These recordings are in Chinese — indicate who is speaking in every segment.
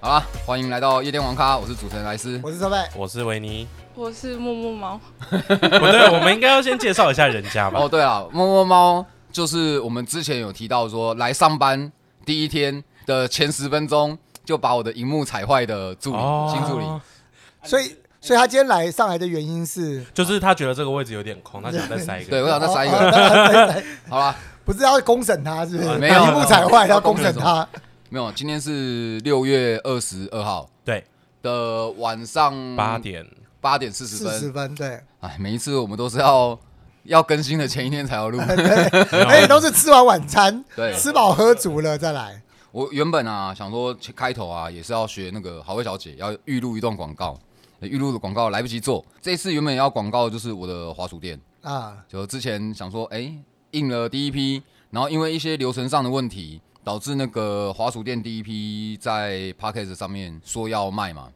Speaker 1: 好啦，欢迎来到夜店网咖，我是主持人莱斯。
Speaker 2: 我是设备，
Speaker 3: 我是维尼。
Speaker 4: 我是木木猫，
Speaker 3: 不对，我们应该要先介绍一下人家吧
Speaker 1: 哦，。对了，摸摸猫就是我们之前有提到说，来上班第一天的前十分钟就把我的荧幕踩坏的助理、
Speaker 3: 哦
Speaker 1: 新助理，
Speaker 2: 所以所以他今天来上来的原因是，
Speaker 3: 就是他觉得这个位置有点空，他想再塞一个。
Speaker 1: 对我想再塞一
Speaker 2: 哦
Speaker 1: 个。
Speaker 2: 哦
Speaker 1: 好啦，
Speaker 2: 不是要公审他，是不是？
Speaker 1: 哦没有
Speaker 2: 把荧幕踩坏要公审
Speaker 1: 要公审什么
Speaker 2: 他，
Speaker 1: 没有，今天是六月二十二号
Speaker 3: 对，
Speaker 1: 的晚上
Speaker 3: 八点
Speaker 1: 八点四十
Speaker 2: 四十
Speaker 1: 分。
Speaker 2: 分，对，
Speaker 1: 哎，每一次我们都是要要更新的前一天才要录。哎
Speaker 2: 而且都是吃完晚餐，
Speaker 1: 对
Speaker 2: 吃饱喝足了再来，
Speaker 1: 我原本啊想说开头啊也是要学那个好味小姐，要预录一段广告，预录的广告来不及做。这次原本要广告就是我的滑鼠店，
Speaker 2: 啊，
Speaker 1: 就之前想说，哎、印了第一批，然后因为一些流程上的问题，导致那个滑鼠店第一批在 p a c k a g e 上面说要卖嘛，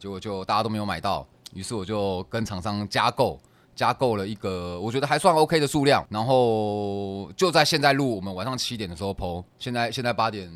Speaker 1: 结果就大家都没有买到，于是我就跟厂商加购。加购了一个我觉得还算 OK 的数量，然后就在现在录，我们晚上七点的时候 PO，现在现在八点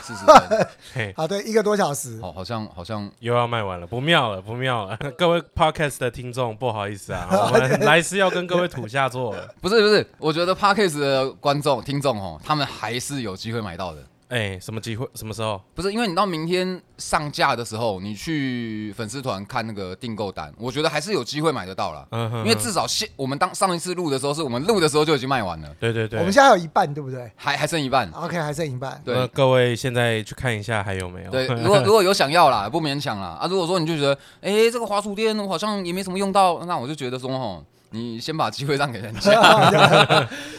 Speaker 1: 四十分，
Speaker 3: 嘿，
Speaker 2: 好，对，一个多小时，
Speaker 1: 好，好像好像
Speaker 3: 又要卖完了，不妙了，不妙了！ 各位 podcast 的听众，不好意思啊，我 们莱斯要跟各位土下座了。
Speaker 1: 不是不是，我觉得 p a c k a g e 的观众听众哦，他们还是有机会买到的。
Speaker 3: 哎，什么机会？什么时候？
Speaker 1: 不是，因为你到明天上架的时候，你去粉丝团看那个订购单，我觉得还是有机会买得到啦。
Speaker 3: 嗯哼，
Speaker 1: 因为至少现我们当上一次录的时候，是我们录的时候就已经卖完了，
Speaker 3: 对对对，
Speaker 2: 我们现在有一半，对不对
Speaker 1: 还还剩一半。
Speaker 2: ？OK，还剩 一半，
Speaker 1: 对
Speaker 3: 那各位现在去看一下还有没有？
Speaker 1: 对，如果如果有想要啦，不勉强啦。啊，如果说你就觉得，哎、这个滑鼠垫我好像也没什么用到，那我就觉得说，吼，你先把机会让给人 家。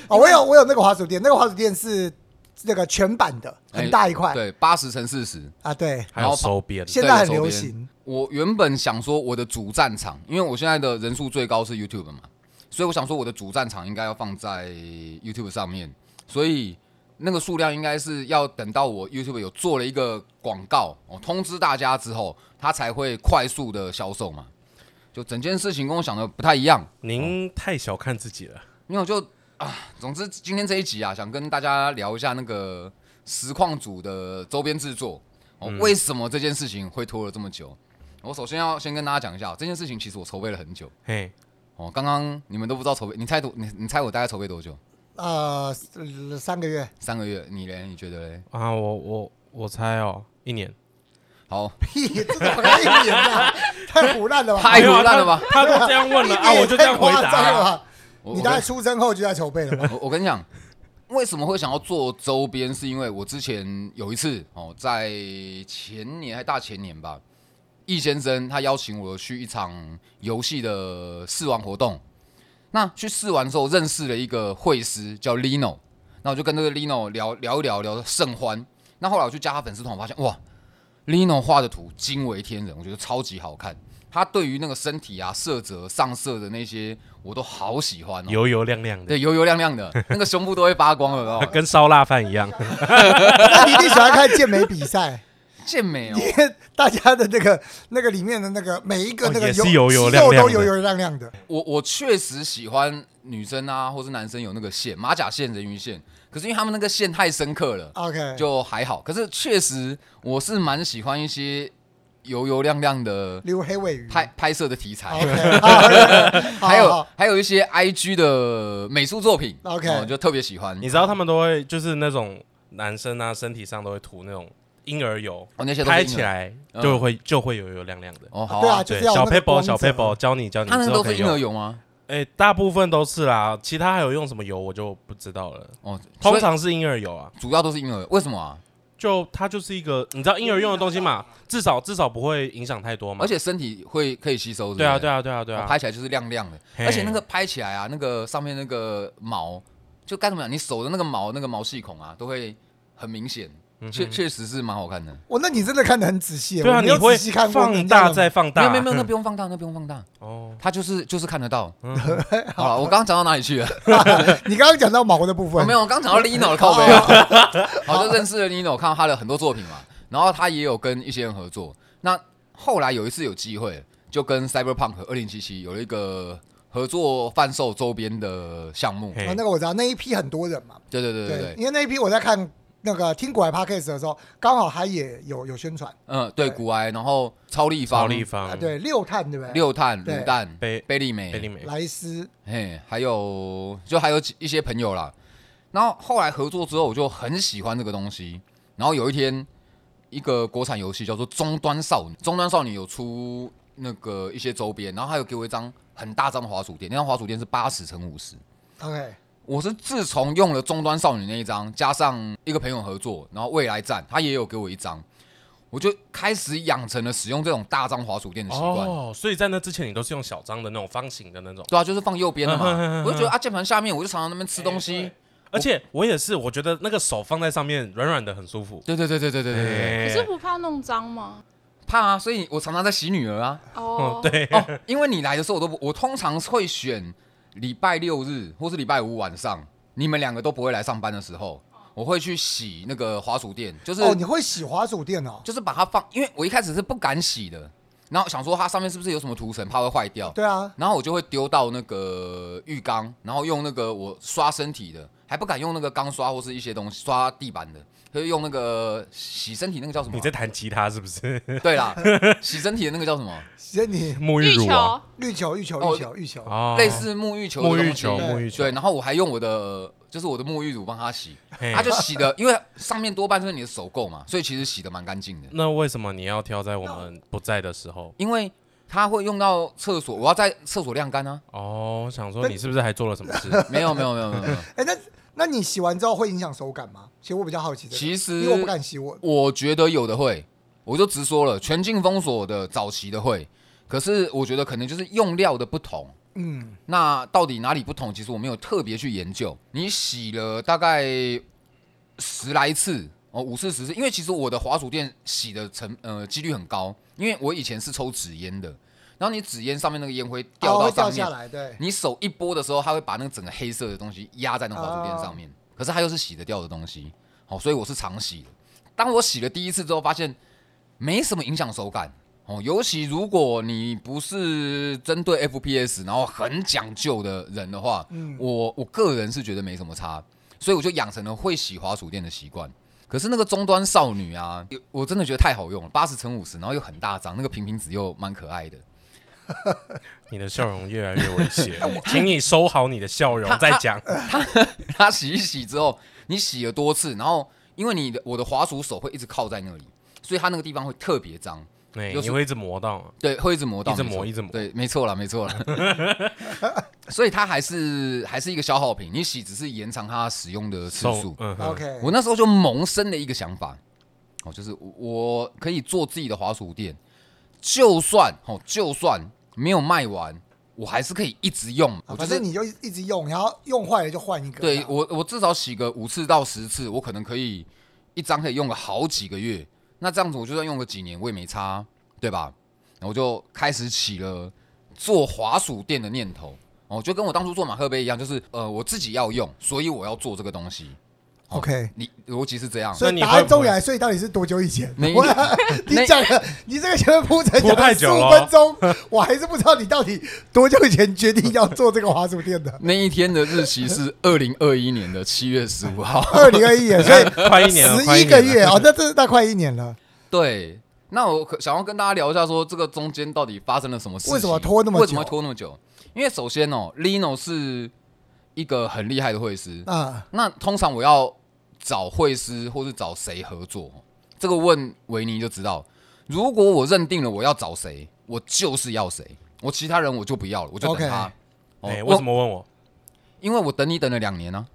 Speaker 2: 哦，我有我有那个滑鼠垫，那个滑鼠垫是那个全版的，很大一块，
Speaker 1: 哎对，八十乘四十。
Speaker 2: 啊，对，
Speaker 3: 还有收编，
Speaker 2: 现在很流行，
Speaker 1: 我原本想说我的主战场，因为我现在的人数最高是 YouTube 嘛，所以我想说我的主战场应该要放在 YouTube 上面，所以那个数量应该是要等到我 YouTube 有做了一个广告，哦、通知大家之后，它才会快速的销售嘛。就整件事情跟我想的不太一样，
Speaker 3: 您太小看自己了。
Speaker 1: 因为我就啊，总之今天这一集啊，想跟大家聊一下那个实况组的周边制作哦，为什么这件事情会拖了这么久？我首先要先跟大家讲一下，这件事情其实我筹备了很久
Speaker 3: 嘿，
Speaker 1: 哦。刚刚你们都不知道筹备，你猜多你你猜我大概筹备多久？
Speaker 2: 呃，三个月，
Speaker 1: 三个月，你嘞？你觉得嘞？
Speaker 3: 啊，我我我猜哦，一年。
Speaker 1: 好，
Speaker 2: 屁，这怎么可以演啊？太胡乱了吧！
Speaker 1: 太胡乱了吧？
Speaker 3: 他都这样问了 啊，
Speaker 2: 一点也
Speaker 3: 我就这样回
Speaker 2: 太夸张了
Speaker 3: 答。啊
Speaker 2: 吧
Speaker 1: 我
Speaker 2: 你
Speaker 1: 我
Speaker 2: 大概
Speaker 1: 跟
Speaker 2: 出生后就在筹备了吧？
Speaker 1: 我我跟你讲，为什么会想要做周边，是因为我之前有一次哦，在前年还大前年吧，易先生他邀请我去一场游戏的试玩活动。那去试玩之后，认识了一个会师叫 Lino，那我就跟这个 Lino 聊聊一聊，聊得甚欢。那后来我去加他粉丝团，我发现哇，Lino 画的图惊为天人，我觉得超级好看。他对于那个身体啊、色泽、上色的那些，我都好喜欢哦。
Speaker 3: 油油亮亮的，
Speaker 1: 对，油油亮亮的， 那个胸部都会发光了，有没有
Speaker 3: 跟烧腊饭一样。
Speaker 2: 那你一定喜欢看健美比赛，
Speaker 1: 健美哦
Speaker 2: 因，为大家的那个那个里面的那个每一个
Speaker 3: 哦
Speaker 2: 那个
Speaker 3: 也是
Speaker 2: 油
Speaker 3: 油油
Speaker 2: 肌
Speaker 3: 亮
Speaker 2: 肉
Speaker 3: 亮
Speaker 2: 都
Speaker 3: 的
Speaker 2: 油油亮亮的。
Speaker 1: 我我确实喜欢女生啊，或是男生有那个线，马甲线、人鱼线，可是因为他们那个线太深刻了，
Speaker 2: OK，
Speaker 3: 哎
Speaker 1: 就还好。可是确实我是蛮喜欢一些油油亮亮的
Speaker 3: 嗯
Speaker 2: 留黑尾鱼。
Speaker 1: 拍拍摄的题材，
Speaker 2: OK，好好啊
Speaker 1: 还有
Speaker 2: 好
Speaker 1: 还有一些 IG 的美术作品
Speaker 2: OK
Speaker 1: 我就特别喜欢
Speaker 3: 你。知道他们都会就是那种男生啊，身体上都会涂那种婴儿油，
Speaker 1: 哦，那些都是
Speaker 3: 拍
Speaker 1: 婴儿
Speaker 3: 起来
Speaker 1: 嗯
Speaker 3: 就会就会油油亮亮的。
Speaker 1: 哦，好
Speaker 2: 对啊就
Speaker 3: 对，
Speaker 2: 是要有
Speaker 3: 小
Speaker 2: 那个
Speaker 3: paper
Speaker 2: 光泽
Speaker 3: 小 paper 教你教你
Speaker 1: 他
Speaker 3: 之
Speaker 1: 们
Speaker 3: 后
Speaker 1: 都
Speaker 3: 可
Speaker 1: 是
Speaker 3: 以
Speaker 1: 婴儿
Speaker 3: 用。
Speaker 1: 油吗？
Speaker 3: 哎，大部分都是啦，其他还有用什么油我就不知道了。
Speaker 1: 哦，
Speaker 3: 通
Speaker 1: 所
Speaker 3: 常嗯是婴儿油啊，
Speaker 1: 以主要都是婴儿油，为什么啊？
Speaker 3: 就它就是一个你知道婴儿用的东西嘛，至少至少不会影响太多嘛
Speaker 1: 而。且身体会可以吸收，
Speaker 3: 对啊
Speaker 1: 不
Speaker 3: 对啊对啊对啊，
Speaker 1: 哦拍起来就是亮亮的，
Speaker 3: 嘿
Speaker 1: 而且那个拍起来啊，那个上面那个毛，就该怎么讲，你手的那个毛，那个毛细孔啊，都会很明显，
Speaker 3: 嗯
Speaker 1: 确确实是蛮好看的。
Speaker 2: 我那你真的看得很仔细，
Speaker 3: 对啊，
Speaker 2: 我没
Speaker 3: 你
Speaker 2: 有
Speaker 3: 会
Speaker 2: 仔细看过
Speaker 3: 放大再放
Speaker 1: 没
Speaker 3: 大，啊嗯
Speaker 1: 有没有没有，那不用放大，那不用放大，
Speaker 3: 哦，嗯
Speaker 1: 它就是就是看得 到。 好了，我刚刚讲到哪里去了？
Speaker 2: 你刚刚讲到毛的部
Speaker 1: 我
Speaker 2: 分，
Speaker 1: 没有，我刚刚讲到 Lino 的靠背啊。
Speaker 3: 哦
Speaker 1: 好，就认识了 Lino，看到他的很多作品嘛，然后他也有跟一些人合作。那后来有一次有机会，就跟 Cyberpunk 二零七七有了一个合作贩售周边的项目。
Speaker 3: 嘿
Speaker 2: 啊哦那个我知道，那一批很多人嘛。
Speaker 1: 对对对对对
Speaker 2: 对，。因为那一批我在看那个听古玩 podcast 的时候，刚好他也有有宣传
Speaker 1: 嗯，对，古埃，然后超立方、
Speaker 3: 高立
Speaker 2: 啊，
Speaker 3: 方，
Speaker 2: 对，六探对不对？
Speaker 1: 六碳、
Speaker 2: 对
Speaker 1: 卤蛋、
Speaker 3: 贝
Speaker 1: 贝利美、
Speaker 3: 贝利美，
Speaker 2: 莱斯，
Speaker 1: 嘿，还有就还有几一些朋友啦。然后后来合作之后，我就很喜欢这个东西。然后有一天，一个国产游戏叫做《终端少女》，《终端少女》有出那个一些周边，然后还有给我一张很大张的滑鼠垫，那张滑鼠垫是八十乘五十。
Speaker 2: OK，
Speaker 1: 我是自从用了终端少女那一张，加上一个朋友合作，然后未来站他也有给我一张，我就开始养成了使用这种大张滑鼠垫的习惯。
Speaker 3: 哦，所以在那之前你都是用小张的那种方形的那种。
Speaker 1: 对啊，就是放右边的
Speaker 3: 嗯哎哼哼哼
Speaker 1: 嘛。
Speaker 3: 哼
Speaker 1: 我就觉得啊，键盘下面我就常常那边吃东西。
Speaker 3: 而且我也是，我觉得那个手放在上面软软的，很舒服。
Speaker 1: 对对对对对对对对对，
Speaker 3: 哎
Speaker 4: 可是不怕弄脏吗？
Speaker 1: 怕啊！所以我常常在洗女儿啊。
Speaker 4: 哦，
Speaker 3: 对，
Speaker 1: 哦，因为你来的时候我都不，我通常会选礼拜六日或是礼拜五晚上，你们两个都不会来上班的时候，我会去洗那个滑鼠垫，就是、
Speaker 2: 哦，你会洗滑鼠垫哦？
Speaker 1: 就是把它放，因为我一开始是不敢洗的，然后想说它上面是不是有什么涂层，怕会坏掉。
Speaker 2: 对啊，
Speaker 1: 然后我就会丢到那个浴缸，然后用那个我刷身体的，还不敢用那个钢刷或是一些东西刷地板的，可以用那个洗身体那个叫什么
Speaker 3: 你？在弹吉他是 不是？
Speaker 1: 对啦，洗身体的那个叫什么？
Speaker 2: 洗你
Speaker 3: 沐
Speaker 4: 浴
Speaker 3: 浴乳啊
Speaker 4: 球，
Speaker 2: 浴球、浴球、
Speaker 1: 哦
Speaker 2: 浴球、浴球，
Speaker 3: 哦
Speaker 1: 类似沐浴球的
Speaker 3: 沐
Speaker 1: 东西，
Speaker 3: 浴球，沐浴球
Speaker 1: 对，，然后我还用我的就是我的沐浴乳帮他洗，
Speaker 3: 嘿
Speaker 1: 他就洗的，因为上面多半是你的手垢嘛，所以其实洗的蛮干净的。
Speaker 3: 那为什么你要挑在我
Speaker 1: 哦
Speaker 3: 们不在的时候？
Speaker 1: 因为他会用到厕所，我要在厕所晾干啊。
Speaker 3: 哦，我想说你是不是还做了什么 事？
Speaker 1: 没有没有没有没有 没有，
Speaker 2: 哎，那那你洗完之后会影响手感吗？其实我比较好奇这个，
Speaker 1: 其实
Speaker 2: 因为我不敢洗我。
Speaker 1: 我觉得有的会，我就直说了，全境封锁的早期的会，可是我觉得可能就是用料的不同。
Speaker 2: 嗯，
Speaker 1: 那到底哪里不同？其实我没有特别去研究。你洗了大概十来次哦，五次十次，因为其实我的滑鼠垫洗的成呃几率很高，因为我以前是抽纸烟的，然后你纸烟上面那个烟灰掉
Speaker 2: 哦
Speaker 1: 到
Speaker 2: 会
Speaker 1: 上
Speaker 2: 掉
Speaker 1: 面，
Speaker 2: 下来，对，
Speaker 1: 你手一拨的时候，它会把那个整个黑色的东西压在那个滑鼠垫上面，可是它又是洗得掉的东西，哦，所以我是常洗的。当我洗了第一次之后，发现没什么影响手感哦，尤其如果你不是针对 FPS 然后很讲究的人的话，我我个人是觉得没什么差，所以我就养成了会洗滑鼠垫的习惯。可是那个终端少女啊，有我真的觉得太好用了，八十乘五十，然后又很大张，那个平平纸又蛮可爱的。
Speaker 3: 你的笑容越来越 猥亵，请你收好你的笑容再讲。
Speaker 1: 它洗一洗之后，你洗了多次，然后因为你的我的滑鼠手会一直靠在那里，所以它那个地方会特别脏，
Speaker 3: 哎，
Speaker 1: 有时
Speaker 3: 你会一直磨到。
Speaker 1: 对，会一直磨到，
Speaker 3: 一直
Speaker 1: 没错
Speaker 3: 磨一直磨
Speaker 1: 对，没错啦，没错啦。 所以它还是还是一个消耗品，你洗只是延长它使用的次数
Speaker 3: 手。嗯哼
Speaker 2: OK，
Speaker 1: 我那时候就萌生了一个想法，哦，就是我可以做自己的滑鼠垫，就算哦，就算没有卖完，我还是可以一直用。
Speaker 2: 啊
Speaker 1: 我就
Speaker 2: 反
Speaker 1: 是
Speaker 2: 正你就一一直用，然后用坏了就换一个。
Speaker 1: 对我，我至少洗个五次到十次，我可能可以一张可以用个好几个月。那这样子，我就算用个几年，我也没差，对吧？然后我就开始起了做滑鼠垫的念头。哦，就跟我当初做马克杯一样，就是呃，我自己要用，所以我要做这个东西。
Speaker 2: ，OK。
Speaker 1: 你逻辑是这样，
Speaker 2: 所
Speaker 3: 那
Speaker 2: 以
Speaker 3: 你
Speaker 2: 答
Speaker 3: 会
Speaker 2: 案
Speaker 3: 不
Speaker 2: 终于
Speaker 3: 会
Speaker 2: 来，所以到底是多久以前？
Speaker 1: 没
Speaker 2: 我 你讲了，你这个前面铺陈
Speaker 3: 铺
Speaker 2: 讲
Speaker 3: 太
Speaker 2: 了十
Speaker 3: 久
Speaker 2: 五
Speaker 3: 了
Speaker 2: 分钟，我还是不知道你到底多久以前决定要做这个滑鼠垫
Speaker 1: 。
Speaker 2: 的
Speaker 1: 那一天的日期是二零二一年的七月十五号。
Speaker 2: 二零二一年，所以
Speaker 3: 快一年了，快
Speaker 2: 十一
Speaker 3: 年了
Speaker 2: 个月
Speaker 1: 啊
Speaker 2: 哦，那这那快一年了。
Speaker 1: 对，那我可想要跟大家聊一下说，这个中间到底发生了什么事情？
Speaker 2: 为什么拖那么久
Speaker 1: 为什么会拖那么久？因为首先哦，Lino 是一个很厉害的会师。
Speaker 2: 啊，
Speaker 1: 那通常我要找会师或是找谁合作，哦这个问维尼就知道。如果我认定了我要找谁，我就是要谁，我其他人我就不要了，我就等他。哦
Speaker 3: 哎，
Speaker 1: 我
Speaker 3: 为什？么问我？
Speaker 1: 因为我等你等了两年呢、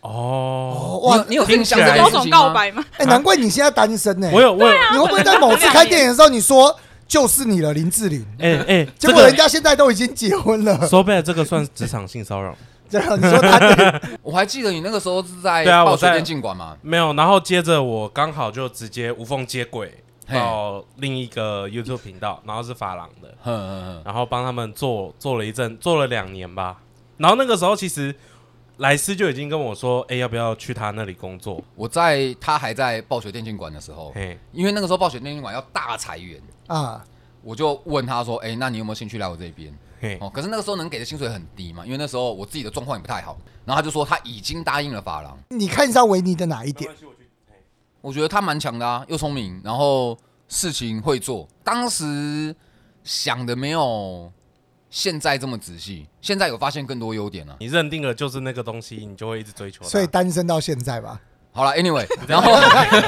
Speaker 3: 哦，
Speaker 2: 哦
Speaker 1: 啊。
Speaker 2: 哇
Speaker 1: 你，有你有印象
Speaker 3: 听
Speaker 1: 这
Speaker 3: 起
Speaker 1: 件
Speaker 3: 来
Speaker 4: 某
Speaker 1: 事
Speaker 4: 种
Speaker 1: 情吗
Speaker 4: 告白 吗？
Speaker 2: 哎，难怪你现在单身呢。
Speaker 3: 我有我有，
Speaker 2: 你会不会在某次开电影的时候你说就是你了，林志玲？
Speaker 3: 哎哎，
Speaker 2: 结
Speaker 3: 这
Speaker 2: 果
Speaker 3: 个
Speaker 2: 人家现在都已经结婚了，
Speaker 3: 说白了，这个算职场性骚扰。
Speaker 2: 这样你说他 的
Speaker 1: 我还记得你那个时候是在
Speaker 3: 对啊我
Speaker 1: 暴雪
Speaker 3: 在
Speaker 1: 电竞馆嘛，
Speaker 3: 没有，然后接着我刚好就直接无缝接轨
Speaker 1: 嘿
Speaker 3: 到另一个 YouTube 频道，然后是法郎的，
Speaker 1: 哼哼哼，
Speaker 3: 然后帮他们做做了一阵，做了两年吧。然后那个时候其实莱斯就已经跟我说，哎、要不要去他那里工作？
Speaker 1: 我在他还在暴雪电竞馆的时候，
Speaker 3: 嘿，
Speaker 1: 因为那个时候暴雪电竞馆要大裁员，
Speaker 2: 啊，
Speaker 1: 我就问他说：“哎、那你有没有兴趣来我这边
Speaker 3: 嘿？”，
Speaker 1: 哦，可是那个时候能给的薪水很低嘛，因为那时候我自己的状况也不太好。然后他就说他已经答应了法郎，
Speaker 2: 你看上维尼的哪一点？
Speaker 1: 我觉得他蛮强的啊，又聪明，然后事情会做。当时想的没有现在这么仔细，现在有发现更多优点啊。
Speaker 3: 你认定了就是那个东西，你就会一直追求它。
Speaker 2: 所以单身到现在吧，
Speaker 1: 好了，Anyway，然 后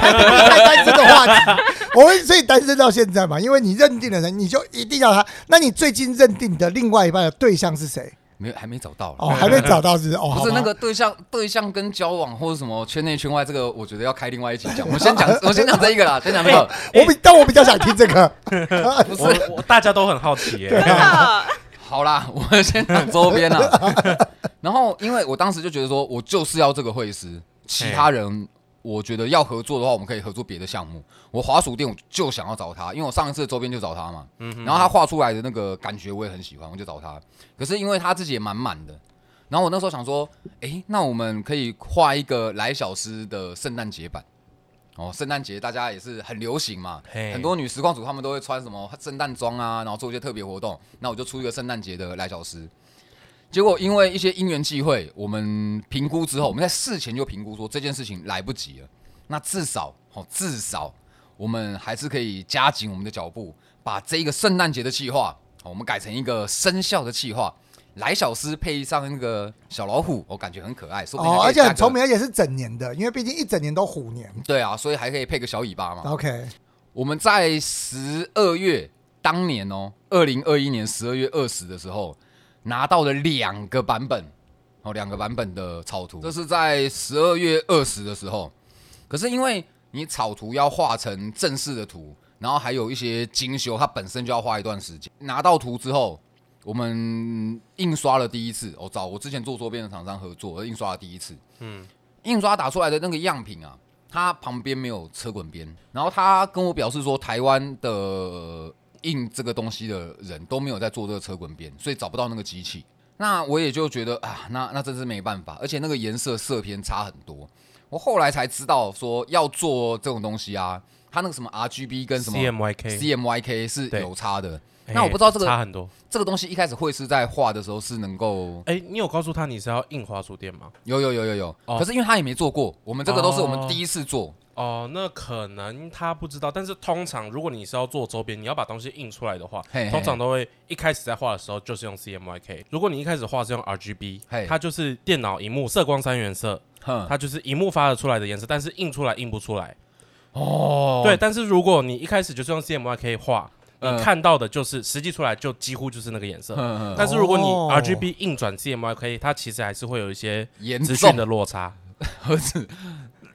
Speaker 2: 单身的话题，我会所以单身到现在嘛，因为你认定了人，你就一定要他。那你最近认定的另外一半的对象是谁？
Speaker 1: 没有还没找到啦
Speaker 2: 哦，还没找到是不是哦，
Speaker 1: 不
Speaker 2: 好
Speaker 1: 是
Speaker 2: 吧
Speaker 1: 那个对象，对象跟交往或者什么圈内圈外，这个我觉得要开另外一集 讲。我们先讲，我先讲这一个啦，先讲这个。
Speaker 2: 我比，但我比较想听这个。
Speaker 1: 不是，
Speaker 3: 我我大家都很好奇耶、
Speaker 1: 啊
Speaker 4: 真的，
Speaker 3: 哎
Speaker 1: 好啦，我们先讲周边啦。 然后，因为我当时就觉得说，我就是要这个会师，其他人我觉得要合作的话，我们可以合作别的项目。我滑鼠店我就想要找他，因为我上一次的周边就找他嘛。
Speaker 2: 嗯
Speaker 1: 然后他画出来的那个感觉我也很喜欢，我就找他。可是因为他自己也满满的，然后我那时候想说，诶，那我们可以画一个来小师的圣诞节版。哦，圣诞节大家也是很流行嘛，
Speaker 3: 嘿
Speaker 1: 很多女实况主她们都会穿什么圣诞装啊，然后做一些特别活动。那我就出一个圣诞节的来小师。结果因为一些因缘际会，我们评估之后，我们在事前就评估说这件事情来不及了。那至少，哦，至少我们还是可以加紧我们的脚步，把这一个圣诞节的计划，哦我们改成一个生肖的计划。来小师配上那个小老虎，我、感觉很可爱，说不定
Speaker 2: 哦，
Speaker 1: 还可以
Speaker 2: 而且
Speaker 1: 加
Speaker 2: 很
Speaker 1: 个
Speaker 2: 聪。明，而且是整年的，因为毕竟一整年都虎年。
Speaker 1: 对啊，所以还可以配个小尾巴嘛。
Speaker 2: OK，
Speaker 1: 我们在十二月当年哦，二零二一年十二月二十的时候拿到了两个版本，哦，两个版本的草图，这是在十二月二十的时候。可是因为你草图要画成正式的图，然后还有一些精修，它本身就要花一段时间。拿到图之后，我们印刷了第一次，我、哦、找我之前做周边的厂商合作，而印刷了第一次。
Speaker 3: 嗯
Speaker 1: 印刷打出来的那个样品啊，它旁边没有车滚边，然后他跟我表示说，台湾的呃印这个东西的人都没有在做这个车滚边，所以找不到那个机器。那我也就觉得啊，那那真是没办法，而且那个颜色色偏差很多。我后来才知道说要做这种东西啊，它那个什么 RGB 跟什么
Speaker 3: CMYK
Speaker 1: CMYK 是
Speaker 3: 对
Speaker 1: 有差的。
Speaker 3: 哎
Speaker 1: 那我不知道这个
Speaker 3: 差很多。
Speaker 1: 这个东西一开始会是在画的时候是能够
Speaker 3: 哎、你有告诉他你是要印华书店吗？
Speaker 1: 有有有有有，
Speaker 3: 哦
Speaker 1: 可是因为他也没做过，我们这个都是我们
Speaker 3: 哦
Speaker 1: 第一次做，
Speaker 3: 哦，那可能他不知道，但是通常如果你是要做周边，你要把东西印出来的话，
Speaker 1: 嘿嘿
Speaker 3: 通常都会一开始在画的时候就是用 CMYK。如果你一开始画是用 RGB，
Speaker 1: 嘿
Speaker 3: 它就是电脑荧幕色光三原色，
Speaker 1: 哼，
Speaker 3: 它就是荧幕发得出来的颜色，但是印出来印不出来。
Speaker 1: 哦
Speaker 3: 对，，但是如果你一开始就是用 CMYK 画，
Speaker 1: 嗯
Speaker 3: 你看到的就是实际出来就几乎就是那个颜色。
Speaker 1: 嗯嗯，
Speaker 3: 但是如果你
Speaker 2: 哦
Speaker 3: RGB 硬转 CMYK，它其实还是会有一些
Speaker 1: 严
Speaker 3: 资讯
Speaker 1: 重
Speaker 3: 的落差。
Speaker 1: 何止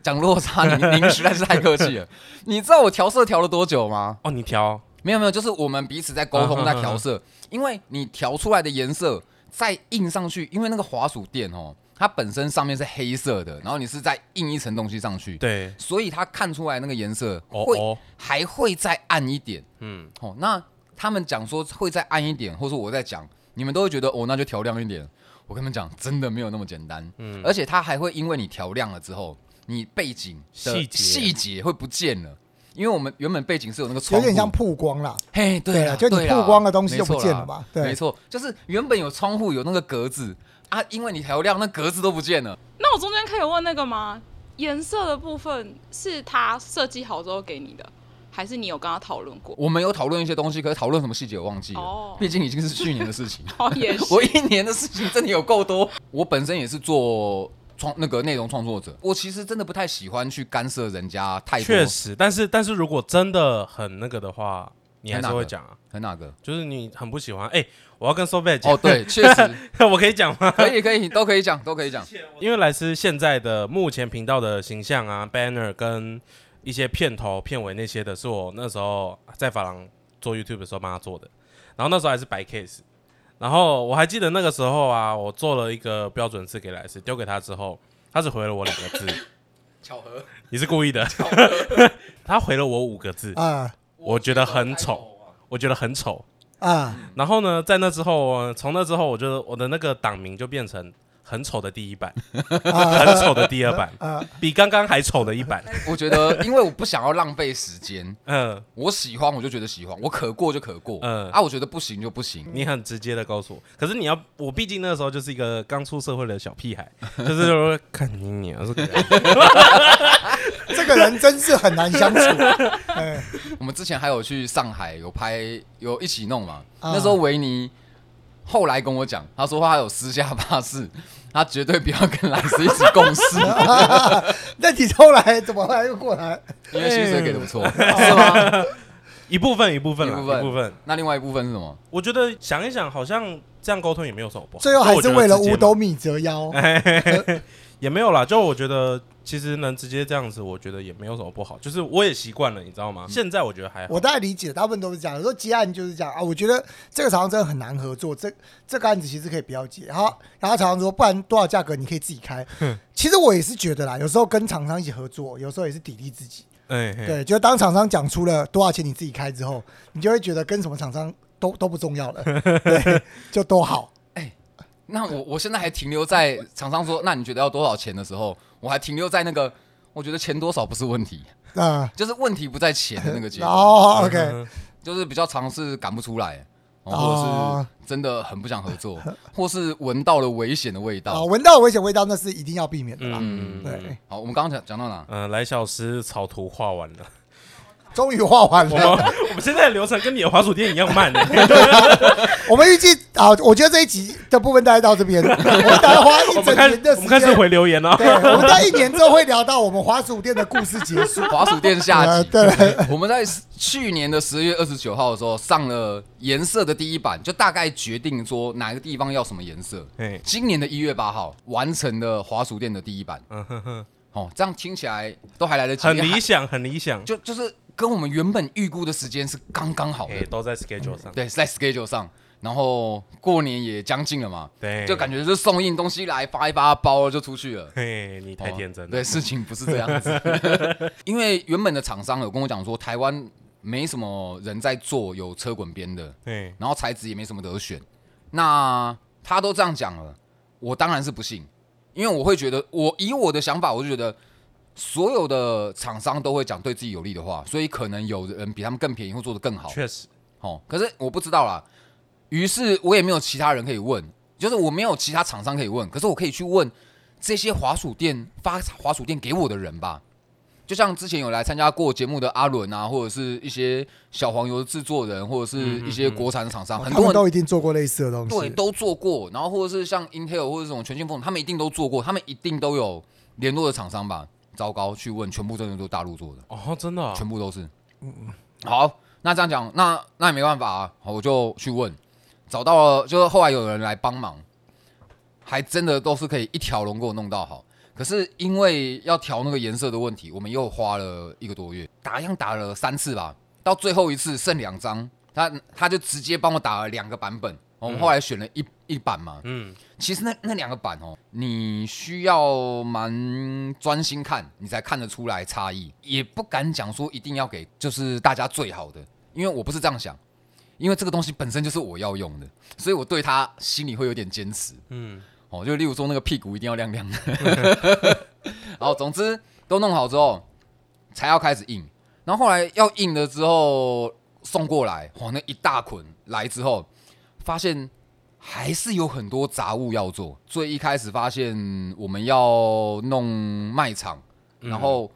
Speaker 1: 讲落差，您您实在是太客 气了。你知道我调色调了多久吗？
Speaker 3: 哦，你调
Speaker 1: 没有没有，就是我们彼此在沟通在调
Speaker 3: 嗯
Speaker 1: 色，因为你调出来的颜色再印上去，因为那个滑鼠垫哦，它本身上面是黑色的，然后你是在印一层东西上去，，
Speaker 3: 对，
Speaker 1: 所以它看出来那个颜色
Speaker 3: 哦
Speaker 1: 会
Speaker 3: 哦，
Speaker 1: 还会再暗一点。
Speaker 3: 嗯，
Speaker 1: 哦，那他们讲说会再暗一点，或者我在讲，你们都会觉得哦，那就调亮一点。我跟你们讲，真的没有那么简单。嗯，而且它还会因为你调亮了之后，你背景的
Speaker 3: 细节
Speaker 1: 细节会不见了，因为我们原本背景是有那个窗
Speaker 2: 有
Speaker 1: 户，
Speaker 2: 点像曝光啦。
Speaker 1: 嘿，对
Speaker 2: 啊
Speaker 1: 了，
Speaker 2: 就你
Speaker 1: 对啦
Speaker 2: 曝光的东西就不见了嘛
Speaker 1: 没错啦
Speaker 2: 对
Speaker 1: 没错，就是原本有窗户有那个格子啊，因为你调亮，那格子都不见了。
Speaker 4: 那我中间可以问那个吗？颜色的部分是他设计好之后给你的，还是你有跟他讨论过？
Speaker 1: 我们有讨论一些东西，可是讨论什么细节我忘记了，
Speaker 4: 哦
Speaker 1: 毕竟已经是去年的事情。
Speaker 4: 哦，也是。
Speaker 1: 我一年的事情真的有够多。 我本身也是做创那个内容创作者，我其实真的不太喜欢去干涉人家太多。
Speaker 3: 确，实，但是但是如果真的很那个的话，你还是会讲啊，
Speaker 1: 很哪哦个？
Speaker 3: 就是你很不喜欢。哎、我要跟 s o b e 讲，
Speaker 1: 哦， 对，确实
Speaker 3: 我可以讲吗？
Speaker 1: 可以，可以，都可以讲，都可以讲。
Speaker 3: 因为莱斯现在的目前频道的形象啊，banner 跟一些片头、片尾那些的，是我那时候在法郎做 YouTube 的时候帮他做的。然后那时候还是白 case，然后我还记得那个时候啊，我做了一个标准字给莱斯，丢给他之后，他只回了我两个字，
Speaker 1: 巧合，
Speaker 3: 你是故 意的，他回了我五个字，
Speaker 2: 啊
Speaker 3: 我觉得很丑，我觉得很丑。
Speaker 2: 啊，
Speaker 3: 然后呢，在那之后，从那之后，我就我的那个党名就变成很丑的第一 版，
Speaker 2: 啊
Speaker 3: 很丑的第二版，
Speaker 2: 啊，
Speaker 3: 比刚刚还丑的一版。
Speaker 1: 我觉得，因为我不想要浪费时间，
Speaker 3: 嗯，
Speaker 1: 我喜欢我就觉得喜欢，我可过就可过，
Speaker 3: 嗯
Speaker 1: 啊，我觉得不行就不行。
Speaker 3: 你很直接的告诉我，可是你要，我毕竟那时候就是一个刚出社会的 小屁孩，就是说看你娘是个人，
Speaker 2: 这个人真是很 难相处。哎，
Speaker 1: 我们之前还有去上海有拍有一起弄嘛，
Speaker 2: 啊
Speaker 1: 那时候维尼后来跟我讲，他说他有私下发誓，他绝对不要跟莱斯一起共 事，
Speaker 2: 那你后来怎么后来又过来？
Speaker 1: 因为薪水给的不错，
Speaker 2: 哎
Speaker 1: 是吗？
Speaker 3: 一部分一部分
Speaker 1: 一
Speaker 3: 啦，一
Speaker 1: 部分
Speaker 3: 部分。
Speaker 1: 那另外一部分是什么？
Speaker 3: 我觉得想一想，好像这样沟通也没有什么不好。
Speaker 2: 最后还是为了五斗
Speaker 3: 都
Speaker 2: 米折腰。
Speaker 1: 哎
Speaker 3: 也没有啦。就我觉得，其实能直接这样子，我觉得也没有什么不好。就是我也习惯了，你知道
Speaker 2: 嗯
Speaker 3: 吗？现在我觉得还好。
Speaker 2: 我大概理解，大部分都是这样。有时候接案就是这样啊，我觉得这个厂商真的很难合作，这这个案子其实可以不要接。然后，然后厂商说，不然多少价格你可以自己开。其实我也是觉得啦，有时候跟厂商一起合作，有时候也是砥砺自己。
Speaker 3: 哎，嘿
Speaker 2: 对，就当厂商讲出了多少钱你自己开之后，你就会觉得跟什么厂商都都不重要 了，对，就都好。
Speaker 1: 那我我现在还停留在厂商说，那你觉得要多少钱的时候，我还停留在那个，我觉得钱多少不是问题，
Speaker 2: 嗯，
Speaker 1: 就是问题不在钱的那个 阶段，
Speaker 2: 哦，OK，
Speaker 3: 嗯
Speaker 1: 就是比较尝试赶不出来，哦或
Speaker 2: 哦
Speaker 1: 者是真的很不想合作，或是闻到了危险的味
Speaker 2: 啊，
Speaker 1: 道。
Speaker 2: 闻到危险味道那是一定要避免的啦。
Speaker 3: 嗯，
Speaker 2: 对，
Speaker 1: 好，我们刚刚讲讲到哪？
Speaker 3: 嗯，来小时草图画完了，
Speaker 2: 终于画完
Speaker 3: 我
Speaker 2: 了
Speaker 3: 们。我们现在的流程跟你的滑鼠店一样慢欸呢。
Speaker 2: 我们预计啊，我觉得这一集的部分大概到这 边，我们大概花一
Speaker 3: 我
Speaker 2: 整
Speaker 3: 们开
Speaker 2: 年的
Speaker 3: 我
Speaker 2: 时
Speaker 3: 们开始
Speaker 2: 间。
Speaker 3: 回留言哦了。
Speaker 2: 对，我们在一年之后会聊到我们华鼠店的故事结 束。
Speaker 1: 滑鼠店下
Speaker 2: 呃，
Speaker 1: 集。
Speaker 2: 对了，
Speaker 1: 我们在去年的十月二十九号的时候上了颜色的第一版，就大概决定说哪个地方要什么颜色。
Speaker 3: 哎，
Speaker 1: 今年的一月八号完成了滑鼠店的第一版。
Speaker 3: 嗯哼哼，
Speaker 1: 哦，这样听起来都还来得及，
Speaker 3: 很
Speaker 1: 还
Speaker 3: 理想，很理想。
Speaker 1: 就就是跟我们原本预估的时间是刚刚好的，
Speaker 3: 哎，都在 schedule 上。
Speaker 1: 对，在 schedule 上。然后过年也将近了嘛，
Speaker 3: 对
Speaker 1: 就感觉就是送印东西来发一发包就出去了。
Speaker 3: 嘿，你太天真
Speaker 1: 哦
Speaker 3: 了。
Speaker 1: 对，事情不是这样 子。因为原本的厂商有跟我讲说，台湾没什么人在做有车滚边的，
Speaker 3: 对，
Speaker 1: 然后材质也没什么得选。那他都这样讲了，我当然是不信，因为我会觉得，我以我的想法，我就觉得所有的厂商都会讲对自己有利的话，所以可能有人比他们更便宜或做得更好。
Speaker 3: 确实，
Speaker 1: 哦，可是我不知道啦，于是我也没有其他人可以问，就是我没有其他厂商可以问，可是我可以去问这些滑鼠店发滑鼠店给我的人吧。就像之前有来参加过节目的阿伦啊，或者是一些小黄油的制作人，或者是
Speaker 2: 嗯
Speaker 1: 一些国产的
Speaker 3: 啊
Speaker 1: 厂商，很
Speaker 2: 哦他
Speaker 1: 多
Speaker 2: 们
Speaker 1: 人
Speaker 2: 都一定做过类似的东西。
Speaker 1: 对，都做过，然后或者是像 Intel 或者这种全新风，他们一定都做过，他们一定都有联络的厂商吧？糟糕，去问，全部真的都大陆做的，
Speaker 3: 哦，真的啊，嗯
Speaker 1: 全部都是。好，那这样讲，那那也没办法啊，好我就去问，找到了，就是后来有人来帮忙，还真的都是可以一条龙给我弄到好。可是因为要调那个颜色的问题，我们又花了一个多月，打样打了三次吧，到最后一次剩两张，他他就直接帮我打了两个版本。我们后来选了一、一版嘛，
Speaker 3: 嗯，
Speaker 1: 其实那那两个版哦，你需要蛮专心看，你才看得出来差异。也不敢讲说一定要给就是大家最好的，因为我不是这样想，因为这个东西本身就是我要用的，所以我对它心里会有点坚持。
Speaker 3: 嗯
Speaker 1: 嗯，哦，就例如说那个屁股一定要亮亮的。 然后总之都弄好之后，才要开始印。然后后来要印了之后送过来，哇，那一大捆来之后，发现还是有很多杂物要做。最一开始发现我们要弄卖场，然后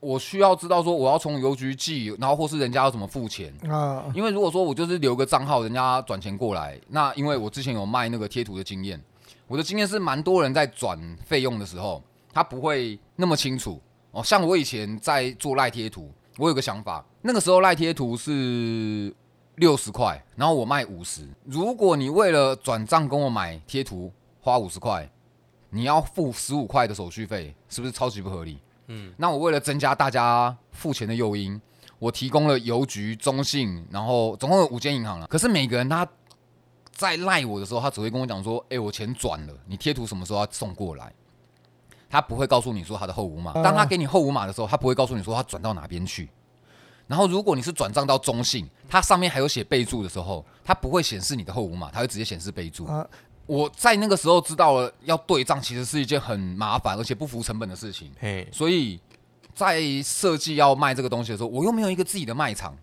Speaker 1: 我需要知道说我要从邮局寄，然后或是人家要怎么付钱。
Speaker 2: 啊，
Speaker 1: 因为如果说我就是留个账号，人家转钱过来，那因为我之前有卖那个贴图的经验，我的经验是蛮多人在转费用的时候，他不会那么清楚哦。像我以前在做赖贴图，我有个想法，那个时候赖贴图是六十块，然后我卖五十。如果你为了转账跟我买贴图花五十块，你要付十五块的手续费，是不是超级不合理？嗯，那我为了增加大家付钱的诱因，我提供了邮局、中信，然后总共有五间银行了。可是每个人他在赖我的时候，他只会跟我讲说：“哎、我钱转了，你贴图什么时候要送过来？”他不会告诉你说他的后五码。
Speaker 2: 啊
Speaker 1: 当他给你后五码的时候，他不会告诉你说他转到哪边去。然后，如果你是转账到中信，它上面还有写备注的时候，它不会显示你的后五码，它会直接显示备注。
Speaker 2: 啊，
Speaker 1: 我在那个时候知道了要对账，其实是一件很麻烦而且不符成本的事情。
Speaker 3: 嘿，
Speaker 1: 所以在设计要卖这个东西的时候，我又没有一个自己的卖场，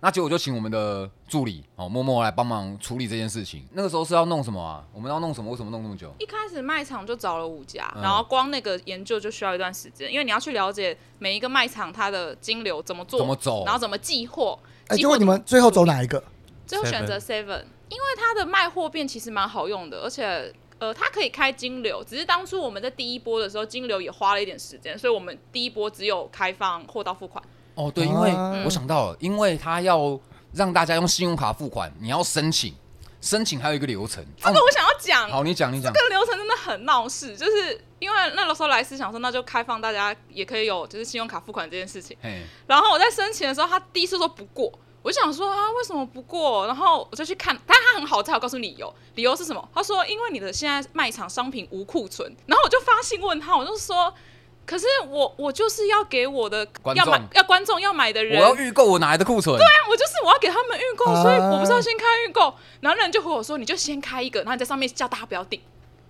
Speaker 1: 那结果就请我们的助理哦默默来帮忙处理这件事情。那个时候是要弄什么啊？我们要弄什么？为什么弄那么久？
Speaker 4: 一开始卖场就找了五家，
Speaker 1: 嗯
Speaker 4: 然后光那个研究就需要一段时间，因为你要去了解每一个卖场它的金流怎么做，
Speaker 1: 怎么走
Speaker 4: 然后怎么寄货。
Speaker 2: 哎，
Speaker 4: 寄
Speaker 2: 结
Speaker 4: 货
Speaker 2: 果你们最后走哪一个？
Speaker 4: 最后选择 Seven，因为它的卖货变其实蛮好用的，而且呃，它可以开金流。只是当初我们在第一波的时候，金流也花了一点时间，所以我们第一波只有开放货到付款。
Speaker 1: 哦，对，因为
Speaker 4: 嗯
Speaker 2: 啊
Speaker 1: 我想到了，因为他要让大家用信用卡付款，你要申请，申请还有一个流程。嗯
Speaker 4: 这个我想要讲，
Speaker 1: 好，你讲，你讲
Speaker 4: 这。个流程真的很闹事，就是因为那个时候莱斯想说，那就开放大家也可以有就是信用卡付款这件事情。
Speaker 1: 嘿，
Speaker 4: 然后我在申请的时候，他第一次说不过，我就想说啊，为什么不过？然后我就去看，但他很好，他有告诉理由，理由是什么？他说因为你的现在卖场商品无库存。然后我就发信问他，我就说，可是我我就是要给我的
Speaker 1: 观
Speaker 4: 要
Speaker 1: 众
Speaker 4: 买要观众要买的
Speaker 1: 我
Speaker 4: 人，啊
Speaker 1: 要预购，我哪来的库存？对
Speaker 4: 我就是我要给他们预购，
Speaker 2: 啊
Speaker 4: 所以我不是要先开预购。然后那人就回我说，你就先开一个，然后你在上面叫大家不要订。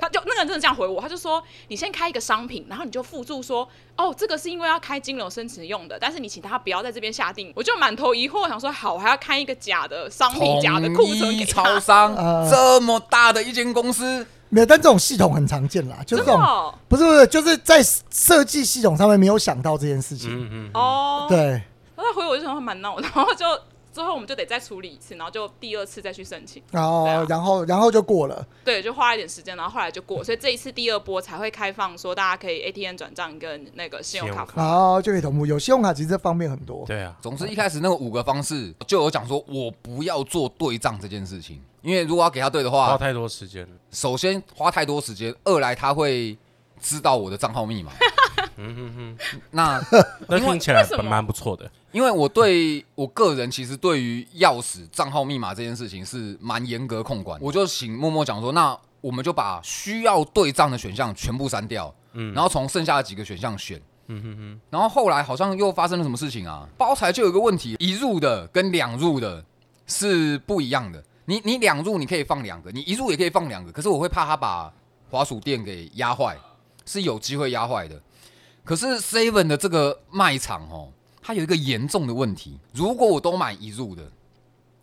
Speaker 4: 他就那个人真的这样回我，他就说你先开一个商品，然后你就附注说哦，这个是因为要开金融申请用的，但是你请大家不要在这边下定。我就满头疑惑，想说好，我还要开一个假的商品、假的库存给
Speaker 1: 超
Speaker 4: 他，
Speaker 1: 商
Speaker 2: 呃
Speaker 1: 这么大的一间公司，
Speaker 2: 没有，但这种系统很常见啦，就
Speaker 4: 真
Speaker 2: 这
Speaker 4: 的
Speaker 2: 种
Speaker 4: 哦
Speaker 2: 不是不是，就是在设计系统上面没有想到这件事情。
Speaker 3: 嗯嗯，
Speaker 4: 哦。
Speaker 2: 对，
Speaker 4: 然后他回我就想说蛮闹的，然后就之后我们就得再处理一次，然后就第二次再去申请。
Speaker 2: 然后、
Speaker 4: 对啊
Speaker 2: 然后然后就过了。
Speaker 3: 嗯
Speaker 4: 对，就花了一点时间，然后后来就过，所以这一次第二波才会开放说大家可以 ATM 转账跟那个信用
Speaker 3: 信用
Speaker 4: 卡
Speaker 3: 卡
Speaker 4: 付款。
Speaker 2: 然后就可以同步。有信用卡其实这方面很多。
Speaker 3: 对啊，
Speaker 1: 总之一开始那个五个方式就有讲说，我不要做对账这件事情，因为如果要给他对的
Speaker 3: 花
Speaker 1: 话，
Speaker 3: 太多时间了。
Speaker 1: 首先花太多时间，二来他会知道我的账号密 码。那
Speaker 3: 那
Speaker 1: 因为
Speaker 3: 听起来
Speaker 4: 为什么
Speaker 3: 蛮蛮不错的。
Speaker 1: 因为我对我个人其实对于钥匙、账号密码这件事情是蛮严格控管的，我就请默默讲说，那我们就把需要对账的选项全部删掉，嗯，然后从剩下的几个选项选。嗯哼哼，然后后来好像又发生了什么事情啊？包材就有一个问题，一入的跟两入的是不一样的。你你两入你可以放两个，你一入也可以放两个，可是我会怕他把滑鼠垫给压坏，是有机会压坏的。可是 Seven 的这个卖场哦，它有一个严重的问题：如果我都买一入的，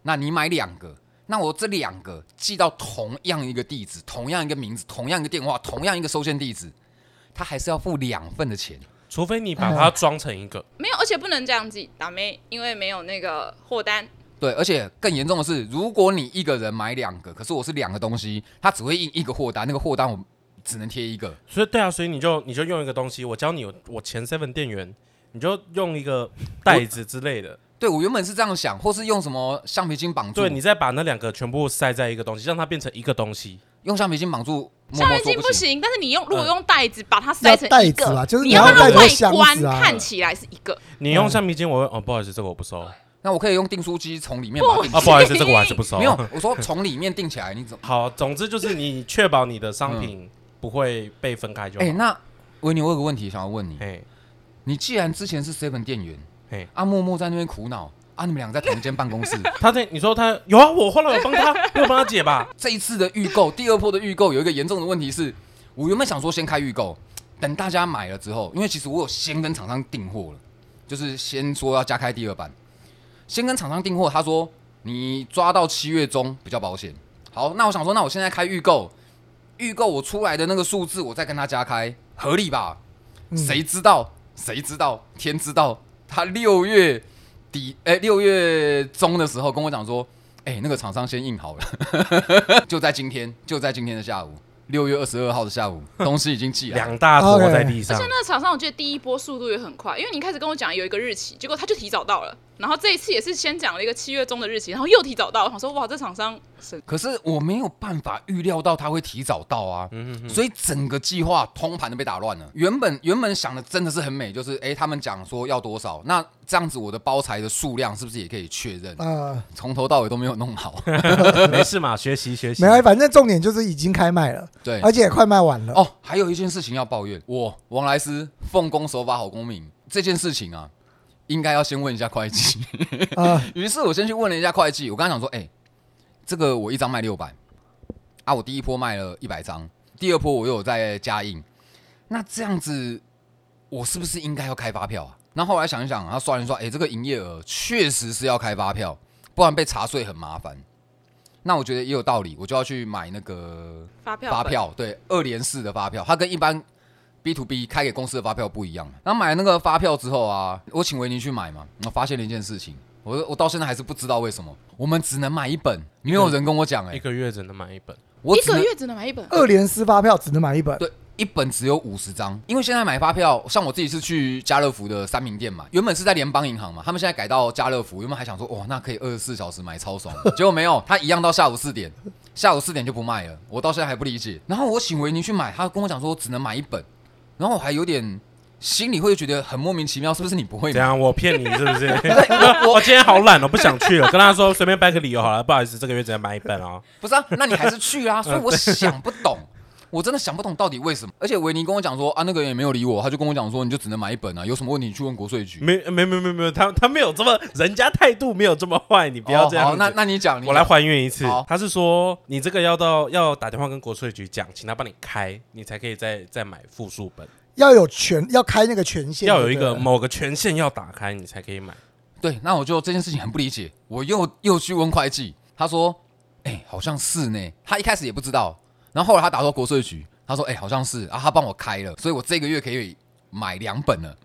Speaker 1: 那你买两个，那我这两个寄到同样一个地址、同样一个名字、同样一个电话、同样一个收件地址，他还是要付两份的钱。
Speaker 3: 除非你把它装成一个，
Speaker 4: 没有，而且不能这样寄打妹，因为没有那个货单。
Speaker 1: 对，而且更严重的是，如果你一个人买两个，可是我是两个东西，他只会印一个货单，那个货单我只能贴一个。
Speaker 3: 所以对啊，所以你就你就用一个东西，我教你，我前 seven 店员，你就用一个袋子之类的，
Speaker 1: 对我原本是这样想，或是用什么橡皮筋绑住，
Speaker 3: 对你再把那两个全部塞在一个东西，让它变成一个东西。
Speaker 1: 用橡皮筋绑住，默
Speaker 4: 橡
Speaker 1: 默
Speaker 4: 皮
Speaker 1: 说
Speaker 4: 筋
Speaker 1: 不
Speaker 4: 不
Speaker 1: 行。
Speaker 4: 行，但是你用如果
Speaker 3: 嗯
Speaker 4: 用袋子把它塞成
Speaker 2: 要
Speaker 4: 一
Speaker 2: 袋子啊
Speaker 4: 个
Speaker 2: 啦，就是
Speaker 4: 你
Speaker 2: 你
Speaker 4: 要
Speaker 2: 要
Speaker 4: 让
Speaker 2: 带
Speaker 4: 它外
Speaker 2: 着箱
Speaker 4: 观
Speaker 2: 子啊
Speaker 4: 看起来是一个。
Speaker 3: 你
Speaker 1: 嗯
Speaker 3: 用橡皮筋，我会哦，不好意思，这个我不收啊，
Speaker 1: 那我可以用订书机从里面把它订起
Speaker 3: 不好意思，这个我还是不收。
Speaker 1: 来。没有，我说从里面订起来，你 怎么？
Speaker 3: 好，总之就是你确保你的商品不会被分开就
Speaker 1: 嗯哎、
Speaker 3: 好。
Speaker 1: 那维尼，我有个问题想要问你，
Speaker 3: 哎，
Speaker 1: 你既然之前是 Seven 店员，
Speaker 3: 嘿
Speaker 1: 啊，默默在那边苦恼，啊，你们两个在同一间办公室，
Speaker 3: 他在你说他有啊，我后来有帮他，我有帮他解吧。
Speaker 1: 这一次的预购，第二波的预购有一个严重的问题是，我原本想说先开预购，等大家买了之后，因为其实我有先跟厂商订货了，就是先说要加开第二版，先跟厂商订货，他说你抓到七月中比较保险。好，那我想说，那我现在开预购，预购我出来的那个数字，我再跟他加开，合理吧？谁知道？谁知道？天知道！他六月底，哎、六月中的时候跟我讲说，哎、那个厂商先印好了。 就在今天，就在今天的下午，六月二十二号的下午，东西已经寄来了。
Speaker 3: 两大坨在地
Speaker 4: 而
Speaker 3: 上
Speaker 4: 且，
Speaker 1: 啊
Speaker 4: 那个厂商，我记得第一波速度也很快，因为你一开始跟我讲有一个日期，结果他就提早到了。然后这一次也是先讲了一个七月中的日期，然后又提早到，我想说哇，这厂商神
Speaker 1: 可是我没有办法预料到他会提早到啊，所以整个计划通盘的被打乱了。原本原本想的真的是很美，就是哎、他们讲说要多少，那这样子我的包材的数量是不是也可以确认？
Speaker 2: 呃，
Speaker 1: 从头到尾都没有弄好。
Speaker 3: 没事嘛，学习学习
Speaker 2: 没。有，反正重点就是已经开卖了，
Speaker 1: 对，
Speaker 2: 而且也快卖完了。
Speaker 1: 哦，还有一件事情要抱怨，我王莱斯奉公守法好公民这件事情啊，应该要先问一下会计。
Speaker 2: 啊，
Speaker 1: 于是我先去问了一下会计，我跟他讲说，哎、这个我一张卖六百，啊，我第一波卖了一百张，第二波我又有在加印，那这样子我是不是应该要开发票啊？那后来想一想，他算一算，哎、这个营业额确实是要开发票，不然被查税很麻烦。那我觉得也有道理，我就要去买那个
Speaker 4: 发票
Speaker 1: 发
Speaker 4: 本
Speaker 1: 票，对，二连四的发票，它跟一般 B to B 开给公司的发票不一样。然后买那个发票之后啊，我请维尼去买嘛，然后发现了一件事情，我我到现在还是不知道为什么，我们只能买一本，没有人跟我讲哎、
Speaker 3: 一个月只能买一本，
Speaker 1: 我
Speaker 4: 一
Speaker 1: 只
Speaker 4: 个
Speaker 1: 能
Speaker 4: 月只能买一本，
Speaker 2: 二连撕发票只能买一本，
Speaker 1: 对，一本只有五十张，因为现在买发票，像我自己是去家乐福的三明店买，原本是在联邦银行嘛，他们现在改到家乐福，原本还想说，哇，那可以二十四小时买超爽的，结果没有，他一样到下午四点，下午四点就不卖了，我到现在还不理解。然后我请维尼去买，他跟我讲说只能买一本，然后我还有点心里会觉得很莫名其妙，是不是你不会
Speaker 3: 怎
Speaker 1: 买？
Speaker 3: 样？我骗你是不是？
Speaker 1: 哎 我
Speaker 3: 我今天好懒哦，不想去了。跟他说随便掰个理由好了，不好意思，这个月只能买一本哦。
Speaker 1: 不是啊，那你还是去啊。所以我想不懂，我真的想不懂到底为什么。而且维尼跟我讲说啊，那个人也没有理我，他就跟我讲说，你就只能买一本啊，有什么问题你去问国税局。
Speaker 3: 没没没没没，他他没有这么，人家态度没有这么坏，你不要这样
Speaker 1: 哦
Speaker 3: 子。
Speaker 1: 好，那那你讲，你
Speaker 3: 我来还原一次
Speaker 1: 好。
Speaker 3: 他是说你这个要到要打电话跟国税局讲，请他帮你开，你才可以再再买复数本，
Speaker 2: 要有权要开那个权限，
Speaker 3: 要有一
Speaker 2: 对
Speaker 3: 个
Speaker 2: 不对
Speaker 3: 某个权限要打开，你才可以买。
Speaker 1: 对，那我就这件事情很不理解，我又又去问会计，他说，哎、好像是呢。他一开始也不知道，然后后来他打到国税局，他说，哎、好像是啊，他帮我开了，所以我这个月可以买两本 了，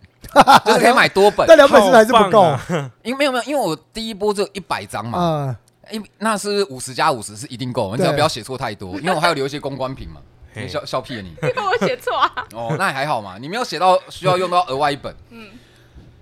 Speaker 1: 就是可以买多本
Speaker 2: 那，两本是不是还是不够
Speaker 3: 好棒
Speaker 1: 因为没有没有，因为我第一波只有一百张嘛，
Speaker 2: 嗯，
Speaker 1: 一那是五十加五十是一定够，你只要不要写错太 多，因为我还有留一些公关品嘛。
Speaker 3: 嘿
Speaker 1: 你笑笑屁啊你！
Speaker 4: 因为我写错啊，
Speaker 1: 哦，那也还好嘛，你没有写到需要用到额外一本。嗯，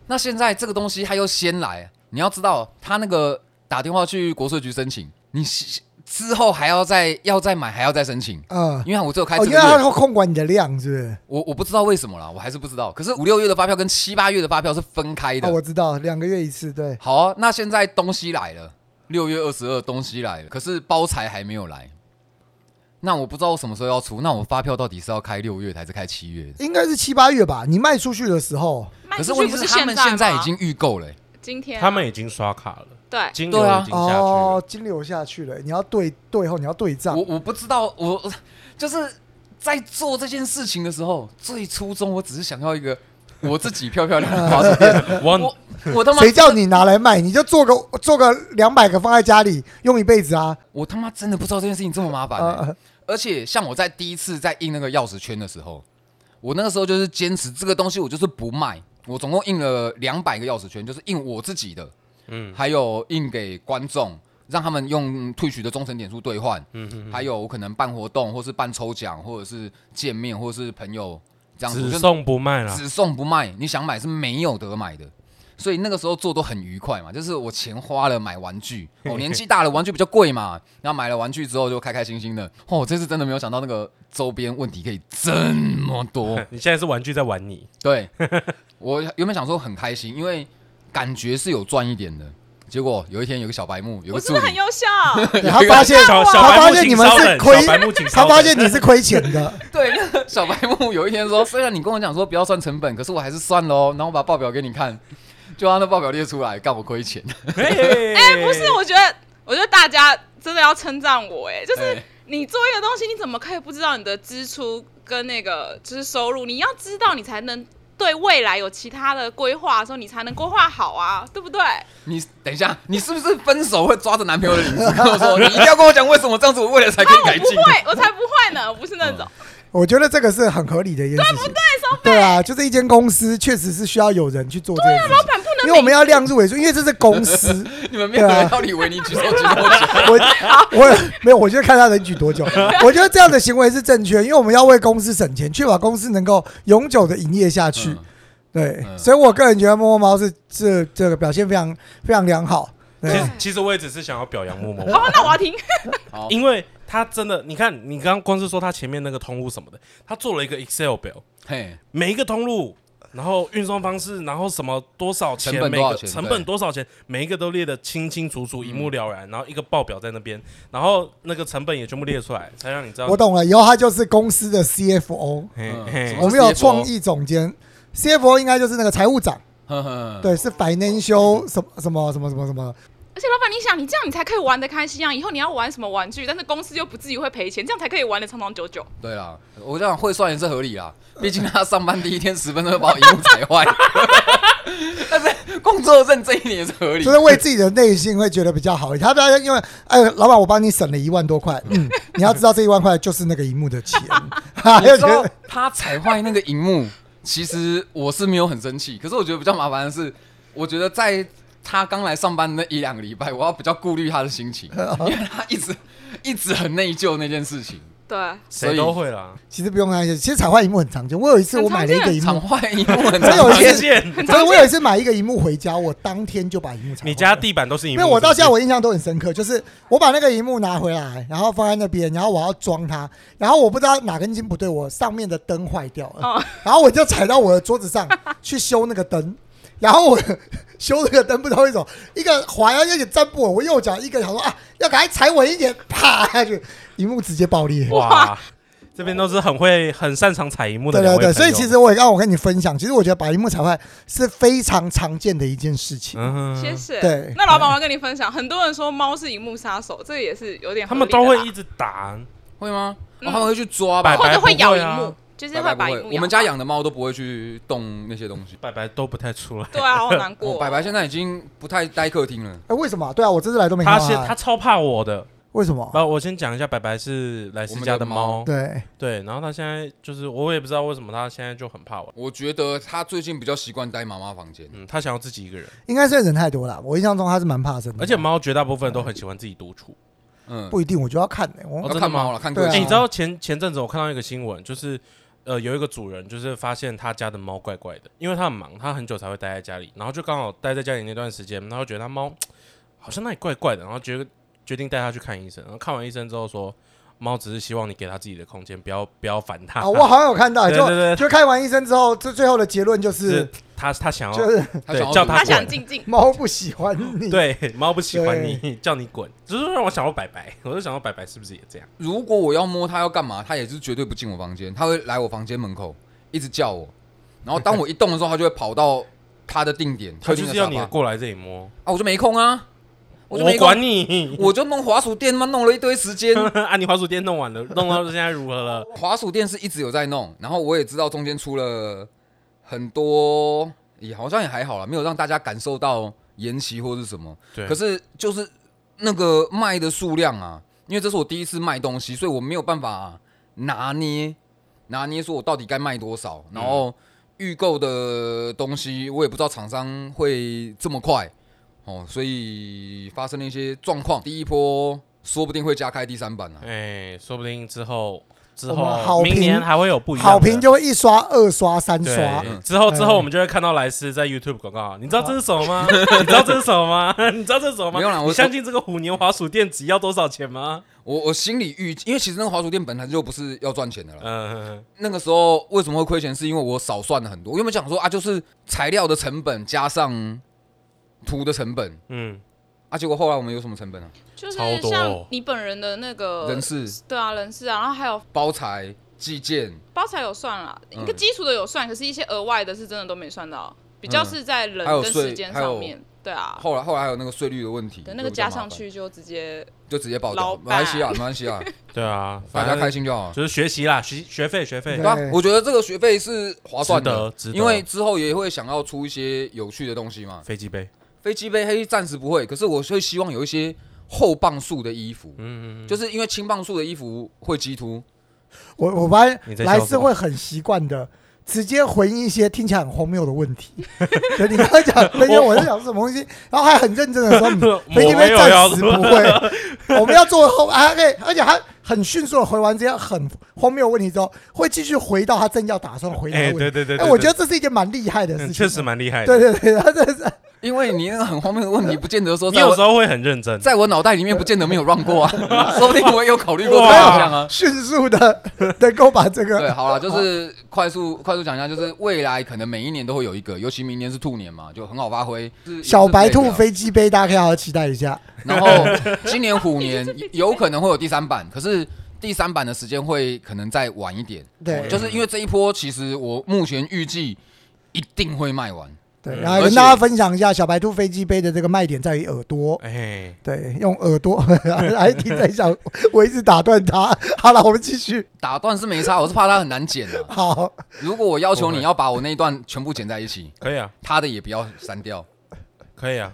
Speaker 1: 那现在这个东西他又先来，你要知道他那个打电话去国税局申请，你是之后还要再要再买，还要再申请，
Speaker 2: 嗯，
Speaker 1: 因为我只有开这
Speaker 2: 哦，
Speaker 1: 个
Speaker 2: 因
Speaker 1: 月，
Speaker 2: 为它会控管你的量，是不是？
Speaker 1: 我我不知道为什么啦，我还是不知道。可是五六月的发票跟七八月的发票是分开的。
Speaker 2: 哦，我知道，两个月一次，对，
Speaker 1: 好、啊，那现在东西来了，六月二十二东西来了，可是包材还没有来。那我不知道我什么时候要出，那我发票到底是要开六月的还是开七月的？
Speaker 2: 应该是七八月吧。你卖出去的时候，
Speaker 4: 卖
Speaker 1: 可是
Speaker 4: 出去
Speaker 1: 问
Speaker 4: 啊不
Speaker 1: 题
Speaker 4: 是
Speaker 1: 他们现在
Speaker 4: 在
Speaker 1: 已
Speaker 4: 吗
Speaker 1: 经预购了、欸
Speaker 4: 今天啊
Speaker 3: 他们已经刷卡了，
Speaker 4: 哎对
Speaker 3: 金
Speaker 1: 对
Speaker 3: 额
Speaker 1: 啊
Speaker 3: 已经下去
Speaker 2: 哦
Speaker 3: 了。，
Speaker 2: 金流下去了，你要对对后你要对账
Speaker 1: 我，我不知道，我就是在做这件事情的时候，最初衷我只是想要一个我自己漂漂亮亮的花车 店。
Speaker 3: 我
Speaker 1: 我我他妈
Speaker 2: 谁叫你拿来卖？你就做个做个两百个放在家里用一辈子啊！
Speaker 1: 我他妈真的不知道这件事情这么麻
Speaker 3: 哎
Speaker 1: 烦、
Speaker 2: 呃
Speaker 1: 欸。而且像我在第一次在印那个钥匙圈的时候，我那个时候就是坚持这个东西，我就是不卖。我总共印了两百个钥匙圈，就是印我自己的，
Speaker 3: 嗯
Speaker 1: 还有印给观众，让他们用退取的忠诚点数兑换，
Speaker 3: 嗯嗯，
Speaker 1: 还有我可能办活动，或是办抽奖，或者是见面，或是朋友这样子，我
Speaker 3: 只
Speaker 1: 就
Speaker 3: 送不卖了。。
Speaker 1: 只送不卖，你想买是没有得买的。所以那个时候做都很愉快嘛，就是我钱花了买玩具，我、年纪大了玩具比较贵嘛，然后买了玩具之后就开开心心的。哦，这次真的没有想到那个周边问题可以这么多
Speaker 3: 你现在是玩具在玩你，
Speaker 1: 对我原本想说很开心，因为感觉是有赚一点的。结果有一天有个小白木，有
Speaker 4: 我
Speaker 1: 个
Speaker 4: 真
Speaker 1: 助
Speaker 4: 的很
Speaker 1: 理，
Speaker 4: 优秀，
Speaker 2: 对他发现
Speaker 3: 小小
Speaker 2: 他
Speaker 3: 白
Speaker 2: 发
Speaker 3: 木
Speaker 2: 现你
Speaker 3: 请
Speaker 2: 们
Speaker 3: 稍
Speaker 2: 是
Speaker 3: 等，
Speaker 2: 亏
Speaker 3: 小白木请稍
Speaker 2: 他
Speaker 3: 等。
Speaker 2: 发现你是亏钱 的，
Speaker 1: 对，那个 小白木有一天说，虽然你跟我讲说不要算成本，可是我还是算喽。然后我把报表给你看，就让那报表列出来，干我亏钱。
Speaker 3: 哎，
Speaker 4: 不是，我觉得，我觉得大家真的要称赞我，哎，就是
Speaker 1: 哎
Speaker 4: 你做一个东西，你怎么可以不知道你的支出跟那个就是收入？你要知道，你才能对未来有其他的规划的时候，你才能规划好啊，对 不对？
Speaker 1: 你等一下，你是不是分手会抓着男朋友的领子跟我说？你一定要跟我讲为什么这样子，我未来才可以改
Speaker 4: 我不
Speaker 1: 进。哦
Speaker 4: 会，我才不会呢，我不是那种。
Speaker 2: 我觉得这个是很合理的一件事情。对啊，就是一间公司确实是需要有人去做这件事
Speaker 4: 老
Speaker 2: 情，
Speaker 4: 板不能
Speaker 2: 因为我们要量入为出，因为这是公司。
Speaker 1: 你们没有人要理维尼举手举多久？
Speaker 2: 我我没有，我就看他能举多 久。我觉得这样的行为是正确，因为我们要为公司省钱，确保公司能够永久的营业下
Speaker 4: 啊
Speaker 2: 去。
Speaker 1: 嗯
Speaker 2: 对，
Speaker 1: 嗯
Speaker 2: 所以我个人觉得摸摸猫是这这个表现非常非常良好。
Speaker 3: 其
Speaker 2: 对
Speaker 3: 实，其实我也只是想要表扬默默。
Speaker 4: 哦，那我要听。
Speaker 1: 好
Speaker 3: 因为他真的，你看，你刚刚光是说他前面那个通路什么的，他做了一个 Excel 表，
Speaker 1: 嘿，
Speaker 3: 每一个通路，然后运送方式，然后什么多少钱，
Speaker 1: 成本多少钱
Speaker 3: 每个成本多少钱，每一个都列得清清楚
Speaker 2: 嗯
Speaker 3: 楚，一目了然，然后一个报表在那边，然后那个成本也全部列出来，才让你
Speaker 1: 呃
Speaker 3: 知道。
Speaker 2: 我懂了，以后他就是公司的 CFO，
Speaker 3: 嘿
Speaker 1: 嗯
Speaker 3: 嘿
Speaker 1: 什么
Speaker 2: 我们有创意总监。CFO 应该就是那个财务长，
Speaker 1: 呵呵，
Speaker 2: 对，是 financial 什么什么什么什么什么，
Speaker 4: 而且老板，你想，你这样你才可以玩的开心啊！以后你要玩什么玩具，但是公司又不至于会赔钱，这样才可以玩的长长久久。
Speaker 1: 对啦，我这样会算也是合理啦，毕竟他上班第一天十分钟就把我荧幕踩坏， 但是工作认真一点也是合理
Speaker 2: 就。是为自己的内心会觉得比较好一点。他不要因为，哎，老板，我帮你省了一万多块，嗯，你要知道这一万块就是那个荧幕的钱， 哈
Speaker 1: 你知
Speaker 2: 就觉
Speaker 1: 道
Speaker 2: 得
Speaker 1: 他踩坏那个荧幕，其实我是没有很生气，可是我觉得比较麻烦的是，我觉得在他刚来上班那一两个礼拜，我要比较顾虑他的心情，因为他一直一直很内疚那件事情，
Speaker 4: 对，
Speaker 1: 所
Speaker 3: 谁
Speaker 1: 以
Speaker 3: 都会啦。
Speaker 2: 其实不用担心。其实彩画荧幕很常见，我有一次我买了一个荧
Speaker 1: 常
Speaker 2: 幕，
Speaker 1: 坏荧幕很
Speaker 2: 我嗯有
Speaker 1: 常
Speaker 2: 一
Speaker 1: 见。
Speaker 3: 天
Speaker 2: 次，
Speaker 3: 线，
Speaker 2: 所以我有一次买一个荧幕回家，我当天就把荧幕拆坏了。
Speaker 3: 你家地板都是荧
Speaker 2: 因
Speaker 3: 幕。
Speaker 2: 为我到现在
Speaker 3: 是不
Speaker 2: 我印象都很深刻，就是我把那个荧幕拿回来，然后放在那边，然后我要装它，然后我不知道哪根筋不对，我上面的灯坏掉了，
Speaker 4: 哦
Speaker 2: 然后我就踩到我的桌子上去修那个灯，然后我 修那个灯不知道为什么一个滑腰有点站不稳，我右脚一个想说啊要赶快踩稳一点，啪下去，荧幕直接爆裂
Speaker 3: 是。哇，这边都是很会、很擅长踩荧幕的
Speaker 2: 对
Speaker 3: 两
Speaker 2: 对对，
Speaker 3: 位
Speaker 2: 所以
Speaker 3: 朋
Speaker 2: 其
Speaker 3: 友
Speaker 2: 实我也让我跟你分享，其实我觉得把荧幕踩坏是非常常见的一件事情。
Speaker 3: 嗯
Speaker 4: 谢谢。
Speaker 2: 对
Speaker 4: 那老板，我要跟你分享，很多人说猫是荧幕杀手，这个也是有点合
Speaker 3: 他
Speaker 4: 理的
Speaker 3: 们
Speaker 4: 啦
Speaker 3: 都会一直打，
Speaker 1: 会吗？
Speaker 4: 嗯
Speaker 1: 哦他们会去抓
Speaker 3: 白
Speaker 1: 吧？
Speaker 4: 或
Speaker 3: 白
Speaker 4: 者会咬
Speaker 3: 不会
Speaker 4: 荧
Speaker 3: 啊
Speaker 4: 幕，就是
Speaker 1: 白
Speaker 4: 会
Speaker 1: 白
Speaker 4: 把
Speaker 1: 不
Speaker 4: 荧
Speaker 1: 会
Speaker 4: 幕。
Speaker 1: 我们家。养的猫都不会去动那些东西。
Speaker 3: 白白都不太出来。
Speaker 4: 对 啊，好难
Speaker 1: 哦
Speaker 4: 过。
Speaker 1: 白白现在已经不太待客厅了。
Speaker 2: 哎，为什么啊？对啊，我这次来都没
Speaker 3: 他
Speaker 2: 看
Speaker 3: 先
Speaker 2: 到
Speaker 3: 他
Speaker 2: 它。
Speaker 3: 超怕我的，
Speaker 2: 为什么？
Speaker 3: 然后我先讲一下，白白是莱斯家的
Speaker 1: 我
Speaker 3: 猫，
Speaker 2: 对，
Speaker 3: 对，然后他现在就是我也不知道为什么他现在就很怕我，
Speaker 1: 我觉得他最近比较习惯待妈妈房间，
Speaker 3: 嗯，他想要自己一个人，
Speaker 2: 应该是人太多了。我印象中他是蛮怕生的，
Speaker 3: 而且猫绝大部分都很喜欢自己独处。
Speaker 1: 嗯，
Speaker 2: 不一定，我就要看呢、我
Speaker 3: 哦
Speaker 1: 要
Speaker 3: 真的
Speaker 1: 看
Speaker 3: 吗
Speaker 1: 猫了，看
Speaker 2: 对
Speaker 1: 客
Speaker 2: 啊
Speaker 3: 哎、
Speaker 1: 厅
Speaker 3: 你知道前前阵子我看到一个新闻，就是呃有一个主人就是发现他家的猫怪怪的，因为他很忙，他很久才会待在家里，然后就刚好待在家里那段时间，然后觉得他猫好像那里怪怪的，然后决决定带他去看医生，然后看完医生之后说。猫只是希望你给它自己的空间，不要不要烦它。
Speaker 2: 啊，我好像有看到，
Speaker 3: 对
Speaker 2: 就
Speaker 3: 对对
Speaker 2: 就看完医生之后，最最后的结论就是
Speaker 3: 是，它它想
Speaker 2: 就
Speaker 3: 要
Speaker 2: 是
Speaker 1: 他想要
Speaker 3: 对叫
Speaker 1: 独
Speaker 3: 他
Speaker 4: 他
Speaker 1: 立
Speaker 4: 想 静静。
Speaker 2: 猫不喜欢你。，
Speaker 3: 对猫不喜欢你，叫你滚，就是让我想到白白，我就想到白白是不是也这样？
Speaker 1: 如果我要摸它要干嘛，它也是绝对不进我房间，它会来我房间门口一直叫我，然后当我一动的时候，它就会跑到它的定点，
Speaker 3: 它
Speaker 1: 特
Speaker 3: 就
Speaker 1: 定的
Speaker 3: 是
Speaker 1: 沙
Speaker 3: 要你
Speaker 1: 发
Speaker 3: 过来这里摸，
Speaker 1: 啊，我就没空啊，我就
Speaker 3: 我
Speaker 1: 没
Speaker 3: 管
Speaker 1: 空，
Speaker 3: 你
Speaker 1: 我就弄滑鼠垫嘛，弄了一堆时间，
Speaker 3: 啊！你滑鼠垫弄完了，弄到现在如何了？
Speaker 1: 滑鼠垫是一直有在弄，然后我也知道中间出了很多，也好像也还好啦，没有让大家感受到延期或是什么。
Speaker 3: 对，
Speaker 1: 可是就是那个卖的数量啊，因为这是我第一次卖东西，所以我没有办法拿捏拿捏，说我到底该卖多少。然后预购的东西，我也不知道厂商会这么快哦，所以发生了一些状况。第一波说不定会加开第三版啊。
Speaker 3: 哎，说不定之后之
Speaker 2: 我们好
Speaker 3: 后
Speaker 2: 评
Speaker 3: 明年还会有不一样的
Speaker 2: 好评就会一刷、二刷、三
Speaker 3: 对
Speaker 2: 刷。
Speaker 1: 嗯
Speaker 3: 之后之后
Speaker 2: 嗯
Speaker 3: 我们就会看到莱斯在 YouTube 广告，你知道这是什 么吗？你知道这是什么吗？ 你知道这是什么吗？
Speaker 1: 没有啦我
Speaker 3: 你相信这个虎牛滑鼠垫只要多少钱吗？
Speaker 1: 我我心里预，因为其实那个滑鼠店本来就不是要赚钱的了。
Speaker 3: 嗯，
Speaker 1: 那个时候为什么会亏钱，是因为我少算了很多。我原本想说啊，就是材料的成本加上图的成本
Speaker 3: 嗯，
Speaker 1: 啊，结果后来我们有什么成本啊？
Speaker 4: 就是
Speaker 3: 超多哦
Speaker 4: 像你本人的那个
Speaker 1: 人，事、
Speaker 4: 对啊，人事啊，然后还有
Speaker 1: 包材、寄件，
Speaker 4: 包材有算啦，
Speaker 1: 嗯
Speaker 4: 一个基础的有算，可是一些额外的是真的都没算到，比较是在人
Speaker 1: 嗯还有
Speaker 4: 跟
Speaker 1: 税
Speaker 4: 时间
Speaker 1: 还有
Speaker 4: 上面，对啊，
Speaker 1: 后来后来还有那个税率的问题，
Speaker 4: 对那个
Speaker 1: 就比较
Speaker 4: 加
Speaker 1: 麻
Speaker 4: 上
Speaker 1: 烦，
Speaker 4: 去就直接
Speaker 1: 就直接报
Speaker 4: 老
Speaker 1: 掉。
Speaker 4: 板
Speaker 1: 马来西亚，马来西 亚，
Speaker 3: 对啊，
Speaker 1: 大
Speaker 3: 反
Speaker 1: 家
Speaker 3: 正
Speaker 1: 开心就好。
Speaker 3: 就是学习啦，学学费学费
Speaker 1: 对
Speaker 2: 对
Speaker 1: 啊，我觉得这个学费是划算的
Speaker 3: 值得值，得
Speaker 1: 因为之后也会想要出一些有趣的东西嘛。
Speaker 3: 飞机杯，
Speaker 1: 飞机杯黑暂时不会，可是我会希望有一些厚磅数的衣服，
Speaker 3: 嗯，嗯嗯
Speaker 1: 就是因为轻磅数的衣服会激突，
Speaker 2: 我我发现
Speaker 3: 你在笑
Speaker 2: 莱
Speaker 3: 什
Speaker 2: 斯
Speaker 3: 么
Speaker 2: 会很习惯的。直接回应一些听起来很荒谬的问题。 对你刚刚讲那些，我在想是什么东西，然后还很认真的说，嗯
Speaker 3: 我
Speaker 2: 飞机
Speaker 3: 没
Speaker 2: 杯
Speaker 3: 有
Speaker 2: 暂
Speaker 3: 要
Speaker 2: 时不会，我们要做后，啊，对，而且他很迅速的回完这些很荒谬的问题之后，会继续回到他正要打算回答的
Speaker 3: 哎，
Speaker 2: 问题。
Speaker 3: 对对对，
Speaker 2: 哎，
Speaker 3: 对
Speaker 2: 我
Speaker 3: 对
Speaker 2: 觉得这是一件蛮厉害的事情，啊
Speaker 3: 嗯确实。蛮厉害的。
Speaker 2: 对对对，他真的是，
Speaker 1: 因为你那个很荒谬的问题，不见得说
Speaker 3: 你
Speaker 1: 在
Speaker 3: 有时
Speaker 1: 我
Speaker 3: 候会很认真，
Speaker 1: 在我脑袋里面不见得没有 run 过啊，说不定我也有考虑过这个
Speaker 3: 哇
Speaker 1: 方向啊。
Speaker 2: 迅速的 能够把这
Speaker 1: 对，
Speaker 2: 个
Speaker 1: 好了，就是快速快速讲一下，就是未来可能每一年都会有一个，尤其明年是兔年嘛，就很好发挥。是
Speaker 2: 小白兔
Speaker 1: 是
Speaker 2: 飞机杯，大家可以好好期待一下。
Speaker 1: 这个，然后今年虎年有可能会有第三版，可是第三版的时间会可能再晚一点，
Speaker 2: 对，
Speaker 1: 就是因为这一波，其实我目前预计一定会卖完。
Speaker 2: 对，
Speaker 3: 嗯
Speaker 2: 然后
Speaker 1: 而
Speaker 2: 跟
Speaker 1: 且
Speaker 2: 大家分享一下小白兔飞机杯的这个卖点在于耳
Speaker 1: 嗯
Speaker 2: 朵。
Speaker 3: 哎，
Speaker 2: 对， 用耳朵还停在想，我一直打断他。好了，我们继续。
Speaker 1: 打断是没差，我是怕它很难剪啊。
Speaker 2: 好，
Speaker 1: 如果我要求
Speaker 3: 不会
Speaker 1: 你要把我那一段全部剪在一起，
Speaker 3: 可以啊，
Speaker 1: 他的也不要删掉。
Speaker 3: 可以啊，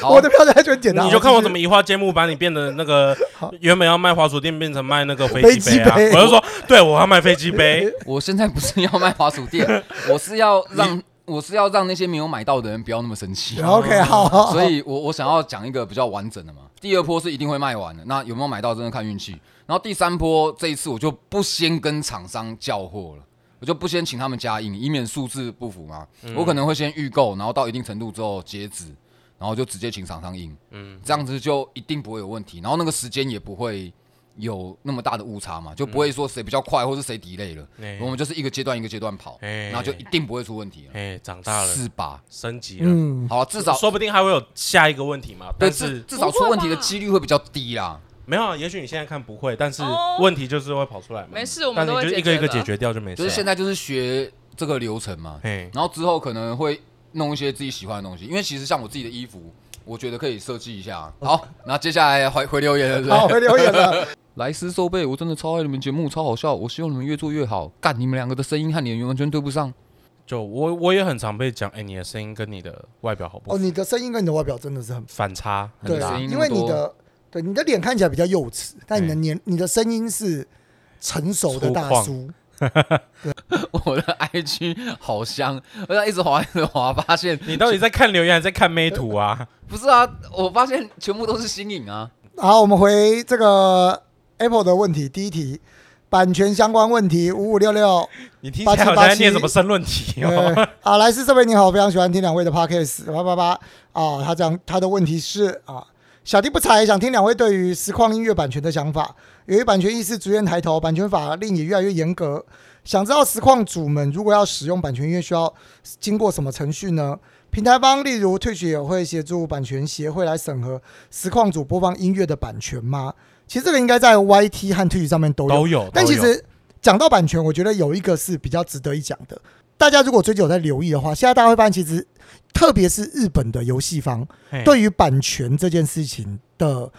Speaker 1: 好，
Speaker 2: 我的票价就很简单，
Speaker 3: 你就看我怎
Speaker 2: 么
Speaker 3: 么移花接木，把你变得那个
Speaker 2: 好
Speaker 3: 原本要卖滑鼠垫，变成卖那个飞
Speaker 2: 飞
Speaker 3: 机杯啊
Speaker 2: 机！杯
Speaker 3: 我 就说，对我要卖飞机杯，
Speaker 1: 我现在不是要卖滑鼠垫，我是要让我是要让那些没有买到的人不要那么生气。
Speaker 2: OK，好，好好
Speaker 1: 所以我我想要讲一个比较完整的嘛。第二波是一定会卖完的，那有没有买到真的看运气。然后第三波这一次我就不先跟厂商叫货了。我就不先请他们加印，以免数字不符嘛。
Speaker 3: 嗯
Speaker 1: 我可能会先预购，然后到一定程度之后截止，然后就直接请厂商印。
Speaker 3: 嗯
Speaker 1: 嗯，这样子就一定不会有问题，然后那个时间也不会有那么大的误差嘛，就不会说谁比较快或是谁 delay 了。
Speaker 3: 哎
Speaker 2: 嗯
Speaker 1: 我们就是一个阶段一个阶段跑，
Speaker 3: 哎
Speaker 1: 然后就一定不会出问题了，
Speaker 3: 哎，长大了，
Speaker 1: 是吧？
Speaker 3: 升级了，
Speaker 2: 嗯，
Speaker 1: 好，啊至少
Speaker 3: 说不定还会有下一个问题嘛。
Speaker 1: 对，
Speaker 3: 但
Speaker 1: 至
Speaker 3: 是
Speaker 1: 至少出问题的几率会比较低啦。
Speaker 3: 没有啊，也许你现在看不会，但是
Speaker 4: 哦
Speaker 3: 问题就是会跑出来嘛。
Speaker 1: 嗯
Speaker 4: 没事我
Speaker 3: 但
Speaker 4: 们
Speaker 3: 是
Speaker 4: 都会
Speaker 3: 你就
Speaker 4: 解
Speaker 3: 一个一个
Speaker 4: 的
Speaker 3: 解。决掉就没事
Speaker 1: 就
Speaker 3: 了。
Speaker 1: 是现在就是学这个流程嘛，
Speaker 3: 哎，
Speaker 1: 然后之后可能会弄一些自己喜欢的东西，因为其实像我自己的衣服，我觉得可以设计一下。
Speaker 3: 哦
Speaker 1: 好，那接下来回回留言了，对不
Speaker 2: 好，
Speaker 1: 对？
Speaker 2: 回留言了。
Speaker 1: 莱斯收贝，我真的超爱你们节目，超好笑，我希望你们越做越好。干，你们两个的声音和脸完全对不上。
Speaker 3: 就我我也很常被讲，哎、你的声音跟你的外表好不
Speaker 2: 哦，
Speaker 3: 好？
Speaker 2: 你的声音跟你的外表真的是很
Speaker 3: 反差很
Speaker 2: 对
Speaker 3: 大
Speaker 2: 啊，
Speaker 1: 声音那
Speaker 2: 因
Speaker 1: 么
Speaker 2: 为你
Speaker 1: 多
Speaker 2: 的对你的脸看起来比较幼稚，但你的年你的声音是成熟的大叔。
Speaker 1: 我的 IG 好香，我要一直滑一直滑，发现
Speaker 3: 你到底在看留言还是在看妹图
Speaker 2: 呃
Speaker 3: 啊？
Speaker 1: 不是啊，我发现全部都是新颖啊。
Speaker 2: 好，我们回这个 Apple 的问题，第一题，版权相关问题五五六六。
Speaker 3: 你听起来好像在念什么申论题哦。
Speaker 2: 对啊，莱斯这位你好，非常喜欢听两位的 podcast，叭叭叭啊，他讲他的问题是啊，小弟不才，想听两位对于实况音乐版权的想法。由于版权意识逐渐抬头，版权法令也越来越严格，想知道实况主们如果要使用版权音乐，需要经过什么程序呢？平台方例如 Twitch 也会协助版权协会来审核实况主播放音乐的版权吗？其实这个应该在 YT 和 Twitch 上面都有，
Speaker 3: 都有，
Speaker 2: 但
Speaker 3: 都
Speaker 2: 其
Speaker 3: 有
Speaker 2: 实讲到版权，我觉得有一个是比较值得一讲的。大家如果最近有在留意的话，现在大家会发现，其实特别是日本的游戏方
Speaker 3: 嘿
Speaker 2: 对于版权这件事情的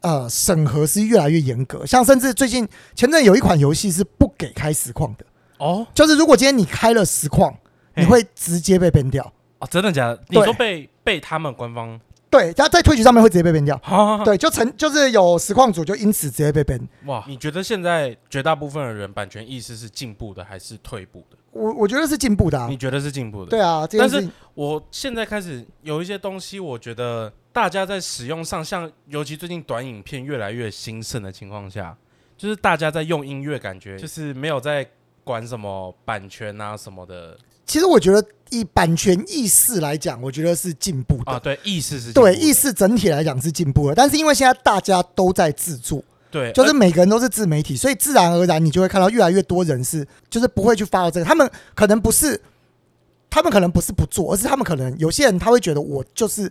Speaker 2: 呃审核是越来越严格。像甚至最近前阵有一款游戏是不给开实况的，
Speaker 3: 哦
Speaker 2: 就是如果今天你开了实况，
Speaker 3: 嘿
Speaker 2: 你会直接被 ban 掉。
Speaker 3: 哦，真的假的？你
Speaker 2: 对
Speaker 3: 说被被他们官方
Speaker 2: 对，他在推举上面会直接被 ban 掉。
Speaker 3: 哈
Speaker 2: 对，就成就是有实况组就因此直接被 ban。
Speaker 3: 哇？你觉得现在绝大部分的人版权意识是进步的还是退步的？
Speaker 2: 我我觉得是进步的、啊
Speaker 3: 你。觉得是进步的？
Speaker 2: 对啊，这件
Speaker 3: 但
Speaker 2: 事
Speaker 3: 是
Speaker 2: 情
Speaker 3: 我现在开始有一些东西，我觉得大家在使用上，像尤其最近短影片越来越兴盛的情况下，就是大家在用音乐，感觉就是没有在管什么版权啊什么的
Speaker 2: 其实我觉得以版权意识来讲，我觉得是进步的。
Speaker 3: 啊。对，意识是进步的
Speaker 2: 对，意识整体来讲是进步的，但是因为现在大家都在制作，
Speaker 3: 对，
Speaker 2: 就是
Speaker 3: 呃
Speaker 2: 每个人都是自媒体，所以自然而然你就会看到越来越多人是就是不会去发到这个，他们可能不是，他们可能不是不做，而是他们可能有些人他会觉得我就是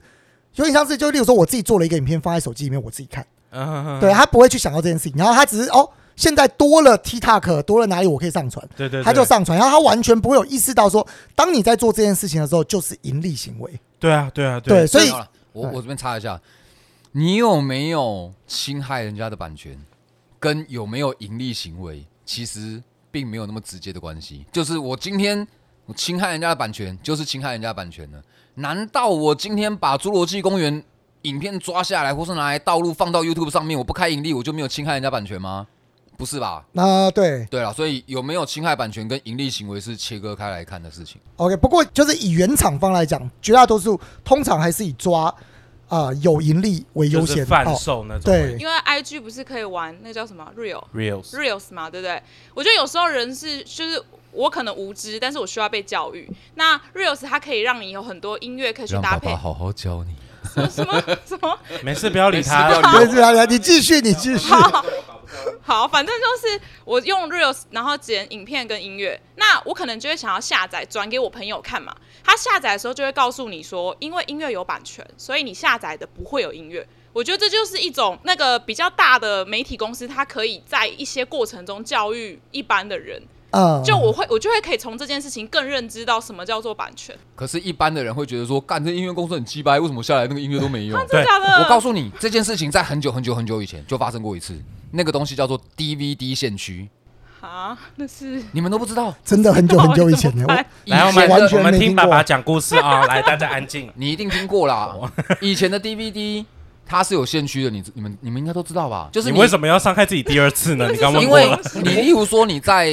Speaker 2: 有点像是就例如说我自己做了一个影片放在手机里面我自己看，
Speaker 3: 嗯哼哼
Speaker 2: 对他不会去想到这件事情，然后他只是哦现在多了 TikTok 多了哪里我可以上传，
Speaker 3: 对嗯对，
Speaker 2: 他就
Speaker 3: 对
Speaker 2: 上传，然后他完全不会有意识到说，当你在做这件事情的时候，就是盈利行为。
Speaker 3: 对啊对啊
Speaker 2: 对，所以
Speaker 1: 好了我
Speaker 2: 对
Speaker 1: 我这边插一下，你有没有侵害人家的版权，跟有没有盈利行为，其实并没有那么直接的关系。就是我今天我侵害人家的版权，就是侵害人家的版权了。难道我今天把《侏罗纪公园》影片抓下来，或是拿来道路放 到 YouTube 上面，我不开盈利，我就没有侵害人家版权吗？不是吧？
Speaker 2: 那、啊对
Speaker 1: 对了，所以有没有侵害版权跟盈利行为是切割开来看的事情。
Speaker 2: ，OK。不过就是以原厂方来讲，绝大多数通常还是以抓啊、呃有盈利为优
Speaker 3: 就是
Speaker 2: 先。
Speaker 3: 贩
Speaker 2: 哦，
Speaker 3: 售那种
Speaker 2: 对，
Speaker 4: 因为 IG 不是可以玩那个叫什么 Real
Speaker 3: reels，
Speaker 4: Reels 嘛，对不对？我觉得有时候人是就是。我可能无知，但是我需要被教育。那 Reels 它可以让你有很多音乐可以去搭配，
Speaker 1: 好好教你。
Speaker 4: 什么什么
Speaker 3: 没事不要理他
Speaker 1: 没事不要理，
Speaker 2: 对对对，你继续，你继续。
Speaker 4: 好，反正就是我用 Reels，然后剪影片跟音乐。那我可能就会想要下载转给我朋友看嘛。他下载的时候就会告诉你说，因为音乐有版权，所以你下载的不会有音乐。我觉得这就是一种那个比较大的媒体公司，它可以在一些过程中教育一般的人。
Speaker 2: 嗯，
Speaker 4: 就我会我就会可以从这件事情更认知到什么叫做版权，
Speaker 1: 可是，一般的人会觉得说，干这音乐公司很鸡掰，为什么下来那个音乐都没用？
Speaker 4: 真
Speaker 3: 对
Speaker 4: 的假的？
Speaker 1: 我告诉你，这件事情在很久很久很久以前就发生过一次，那个东西叫做 DVD 限区，
Speaker 4: 啊，那是
Speaker 1: 你们都不知道。
Speaker 2: 真的很久很久以 前的，
Speaker 4: 哎
Speaker 2: 我
Speaker 3: 来，我
Speaker 1: 以前的
Speaker 3: 们
Speaker 2: 完全
Speaker 3: 我们
Speaker 2: 没
Speaker 3: 听
Speaker 2: 听过
Speaker 3: 爸爸讲故事啊！ 来，大家安静。
Speaker 1: 你一定听过 啦。以前的 DVD 它是有限区的，你你们你们应该都知道吧？就是
Speaker 3: 你为什么要伤害自己第二 次呢？你刚问
Speaker 1: 因
Speaker 3: 过
Speaker 1: 为
Speaker 3: 了，
Speaker 1: 你例如说你在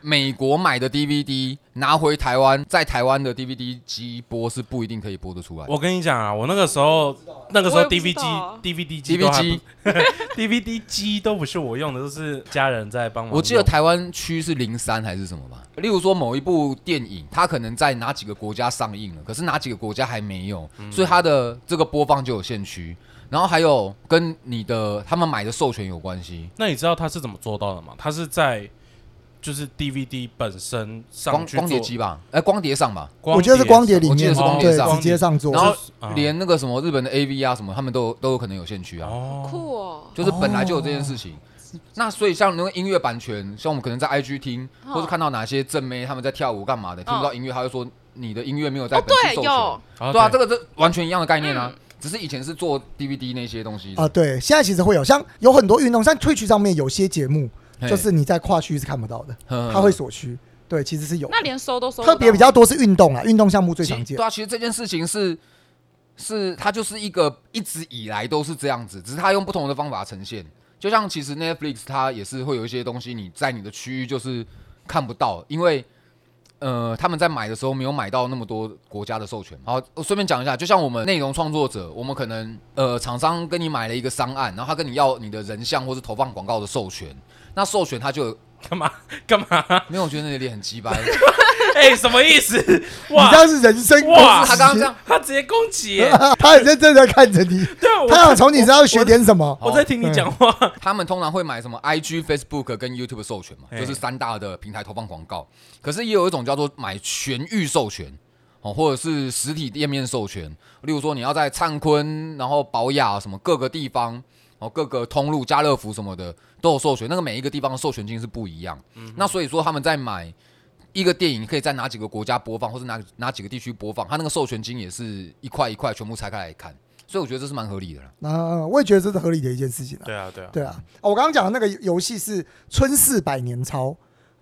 Speaker 1: 美国买的 DVD 拿回台湾，在台湾的 DVD 机播是不一定可以播得出来的。
Speaker 3: 我跟你讲啊，我那个时候那个时候
Speaker 4: 我也不
Speaker 3: DVD
Speaker 4: 知道啊
Speaker 3: 机 DVD 机都
Speaker 1: DVD
Speaker 3: 还不
Speaker 1: 机，
Speaker 3: DVD 机都不是我用的，都是家人在帮忙用。
Speaker 1: 我记得台湾区是零三还是什么吧？嗯例如说某一部电影，它可能在哪几个国家上映了，可是哪几个国家还没有，所以它的这个播放就有限区。然后还有跟你的他们买的授权有关系，
Speaker 3: 那你知道他是怎么做到的吗？他是在就是 DVD 本身
Speaker 1: 光
Speaker 3: 上去
Speaker 1: 光碟
Speaker 3: 做
Speaker 1: 机吧，哎、光碟上吧，
Speaker 3: 光碟
Speaker 2: 我觉得是光碟里
Speaker 1: 我记
Speaker 2: 面
Speaker 1: 得是光碟
Speaker 2: 对
Speaker 1: 上
Speaker 2: 直接上座，
Speaker 1: 然后
Speaker 3: 啊
Speaker 1: 连那个什么日本的 AV 啊什么，他们都有都有可能有限区啊，
Speaker 3: 哦，
Speaker 4: 酷哦，
Speaker 1: 就是本来就有这件事情。那所以像那个音乐版权，像我们可能在 IG 听，
Speaker 4: 哦
Speaker 1: 或是看到哪些正妹他们在跳舞干嘛的，听不到音乐，他就说你的音乐没有在
Speaker 4: 哦
Speaker 1: 本区
Speaker 4: 对
Speaker 1: 授权。
Speaker 4: 有，
Speaker 1: 对啊，这
Speaker 3: 个
Speaker 1: 个这完全一样的概念啊，
Speaker 2: 嗯
Speaker 1: 只是以前是做 DVD 那些东西的
Speaker 2: 啊，对，现在其实会有，像有很多运动，像退去上面有些节目，
Speaker 1: 嘿
Speaker 2: 就是你在跨区是看不到的，
Speaker 1: 嗯
Speaker 2: 它会锁区，对，其实是有的，
Speaker 4: 那连收都收不到
Speaker 2: 特别比较多是运动啊，运动项目最常
Speaker 1: 其
Speaker 2: 见
Speaker 1: 对。啊，其实这件事情是是它就是一个一直以来都是这样子，只是它用不同的方法呈现。就像其实 Netflix 它也是会有一些东西你在你的区域就是看不到，因为呃他们在买的时候没有买到那么多国家的授权。好，我顺便讲一下，就像我们内容创作者，我们可能呃厂商跟你买了一个商案，然后他跟你要你的人像或是投放广告的授权，那授权他就有
Speaker 3: 干嘛 干嘛？
Speaker 1: 没有，我觉得那个脸很鸡掰。
Speaker 3: 哎，什么意思？
Speaker 2: 你
Speaker 3: 哇
Speaker 2: 这，样是人生
Speaker 3: 哇
Speaker 2: 攻
Speaker 1: 不是他刚
Speaker 2: 击
Speaker 1: 刚这 样，
Speaker 3: 他直接攻击耶！
Speaker 2: 他很认真的看着你，
Speaker 3: 对啊，我
Speaker 2: 他想从你身上学点什么。
Speaker 3: 我在听你讲话。
Speaker 1: 他们通常会买什么 IG、Facebook 跟 YouTube 授权嘛，
Speaker 3: 嘿
Speaker 1: 就是三大的平台投放广告。可是也有一种叫做买全域授权哦，或者是实体店面授权。例如说你要在灿坤、然后保雅什么各个地方哦，各个通路、家乐福什么的都有授权。那个每一个地方的授权金是不一样。那所以说他们在买。一个电影可以在哪几个国家播放，或是哪哪几个地区播放，它那个授权金也是一块一块全部拆开来看，所以我觉得这是蛮合理的啦。
Speaker 2: 那、啊我也觉得这是合理的一件事情啊。
Speaker 3: 对啊，对啊，
Speaker 2: 对啊，哦我刚刚讲的那个游戏是《春四百年超》，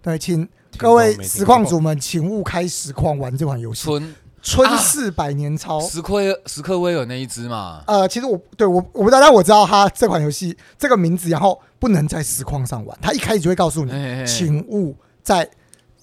Speaker 2: 对，请
Speaker 3: 过
Speaker 2: 各位
Speaker 3: 没听
Speaker 2: 实况主们，请勿开实况玩这款游戏，《
Speaker 1: 春
Speaker 2: 春四百年超》
Speaker 3: 啊
Speaker 1: 史奎尔史克威尔那一只嘛，
Speaker 2: 呃，其实我对我我不知道，但我知道它这款游戏这个名字，然后不能在实况上玩。它一开始就会告诉你，
Speaker 1: 哎，
Speaker 2: 哦请勿在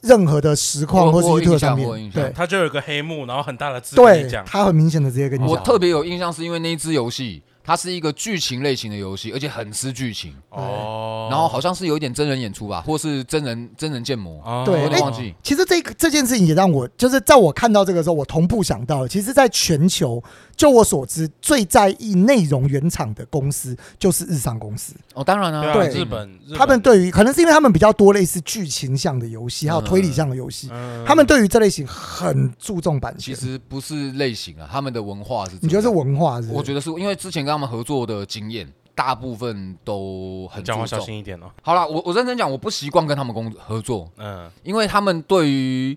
Speaker 2: 任何的实况
Speaker 1: 我
Speaker 2: 或是
Speaker 1: 我有印
Speaker 2: YouTube
Speaker 1: 象
Speaker 2: 上
Speaker 1: 我有印
Speaker 2: 面，
Speaker 1: 象
Speaker 2: 对
Speaker 3: 他就有一个黑幕，然后很大的字跟你
Speaker 2: 对
Speaker 3: 讲，，
Speaker 2: 它很明显的直接跟你
Speaker 1: 我
Speaker 2: 讲，
Speaker 1: 特别有印象，是因为那一只游戏，它是一个剧情类型的游戏，而且很吃剧情，
Speaker 3: 哦，
Speaker 1: 然后好像是有一点真人演出吧，或是真人真人建模，
Speaker 3: 哦
Speaker 2: 对
Speaker 1: 我有
Speaker 2: 哎
Speaker 1: 点忘记。
Speaker 2: 其实这个这件事情也让我，就是在我看到这个时候，我同步想到了，其实，在全球，就我所知，最在意内容原厂的公司就是日商公司。
Speaker 1: 哦，当然了，
Speaker 3: 对啊，
Speaker 2: 对
Speaker 3: 日本，日
Speaker 2: 他们
Speaker 3: 本
Speaker 2: 对于可能是因为他们比较多类似剧情向的游戏，还有
Speaker 1: 嗯
Speaker 2: 推理向的游戏，
Speaker 3: 嗯
Speaker 2: 他们对于这类型很注重版
Speaker 1: 其
Speaker 2: 权。
Speaker 1: 实不是类型啊，他们的文化是。
Speaker 2: 你觉得是？文化是不是？
Speaker 1: 我觉得是因为之前跟他们合作的经验，大部分都很
Speaker 3: 讲话
Speaker 1: 注
Speaker 3: 小
Speaker 1: 重。
Speaker 3: 心一点哦。
Speaker 1: 好啦，我我认真讲，我不习惯跟他们工合作，
Speaker 3: 嗯，
Speaker 1: 因为他们对于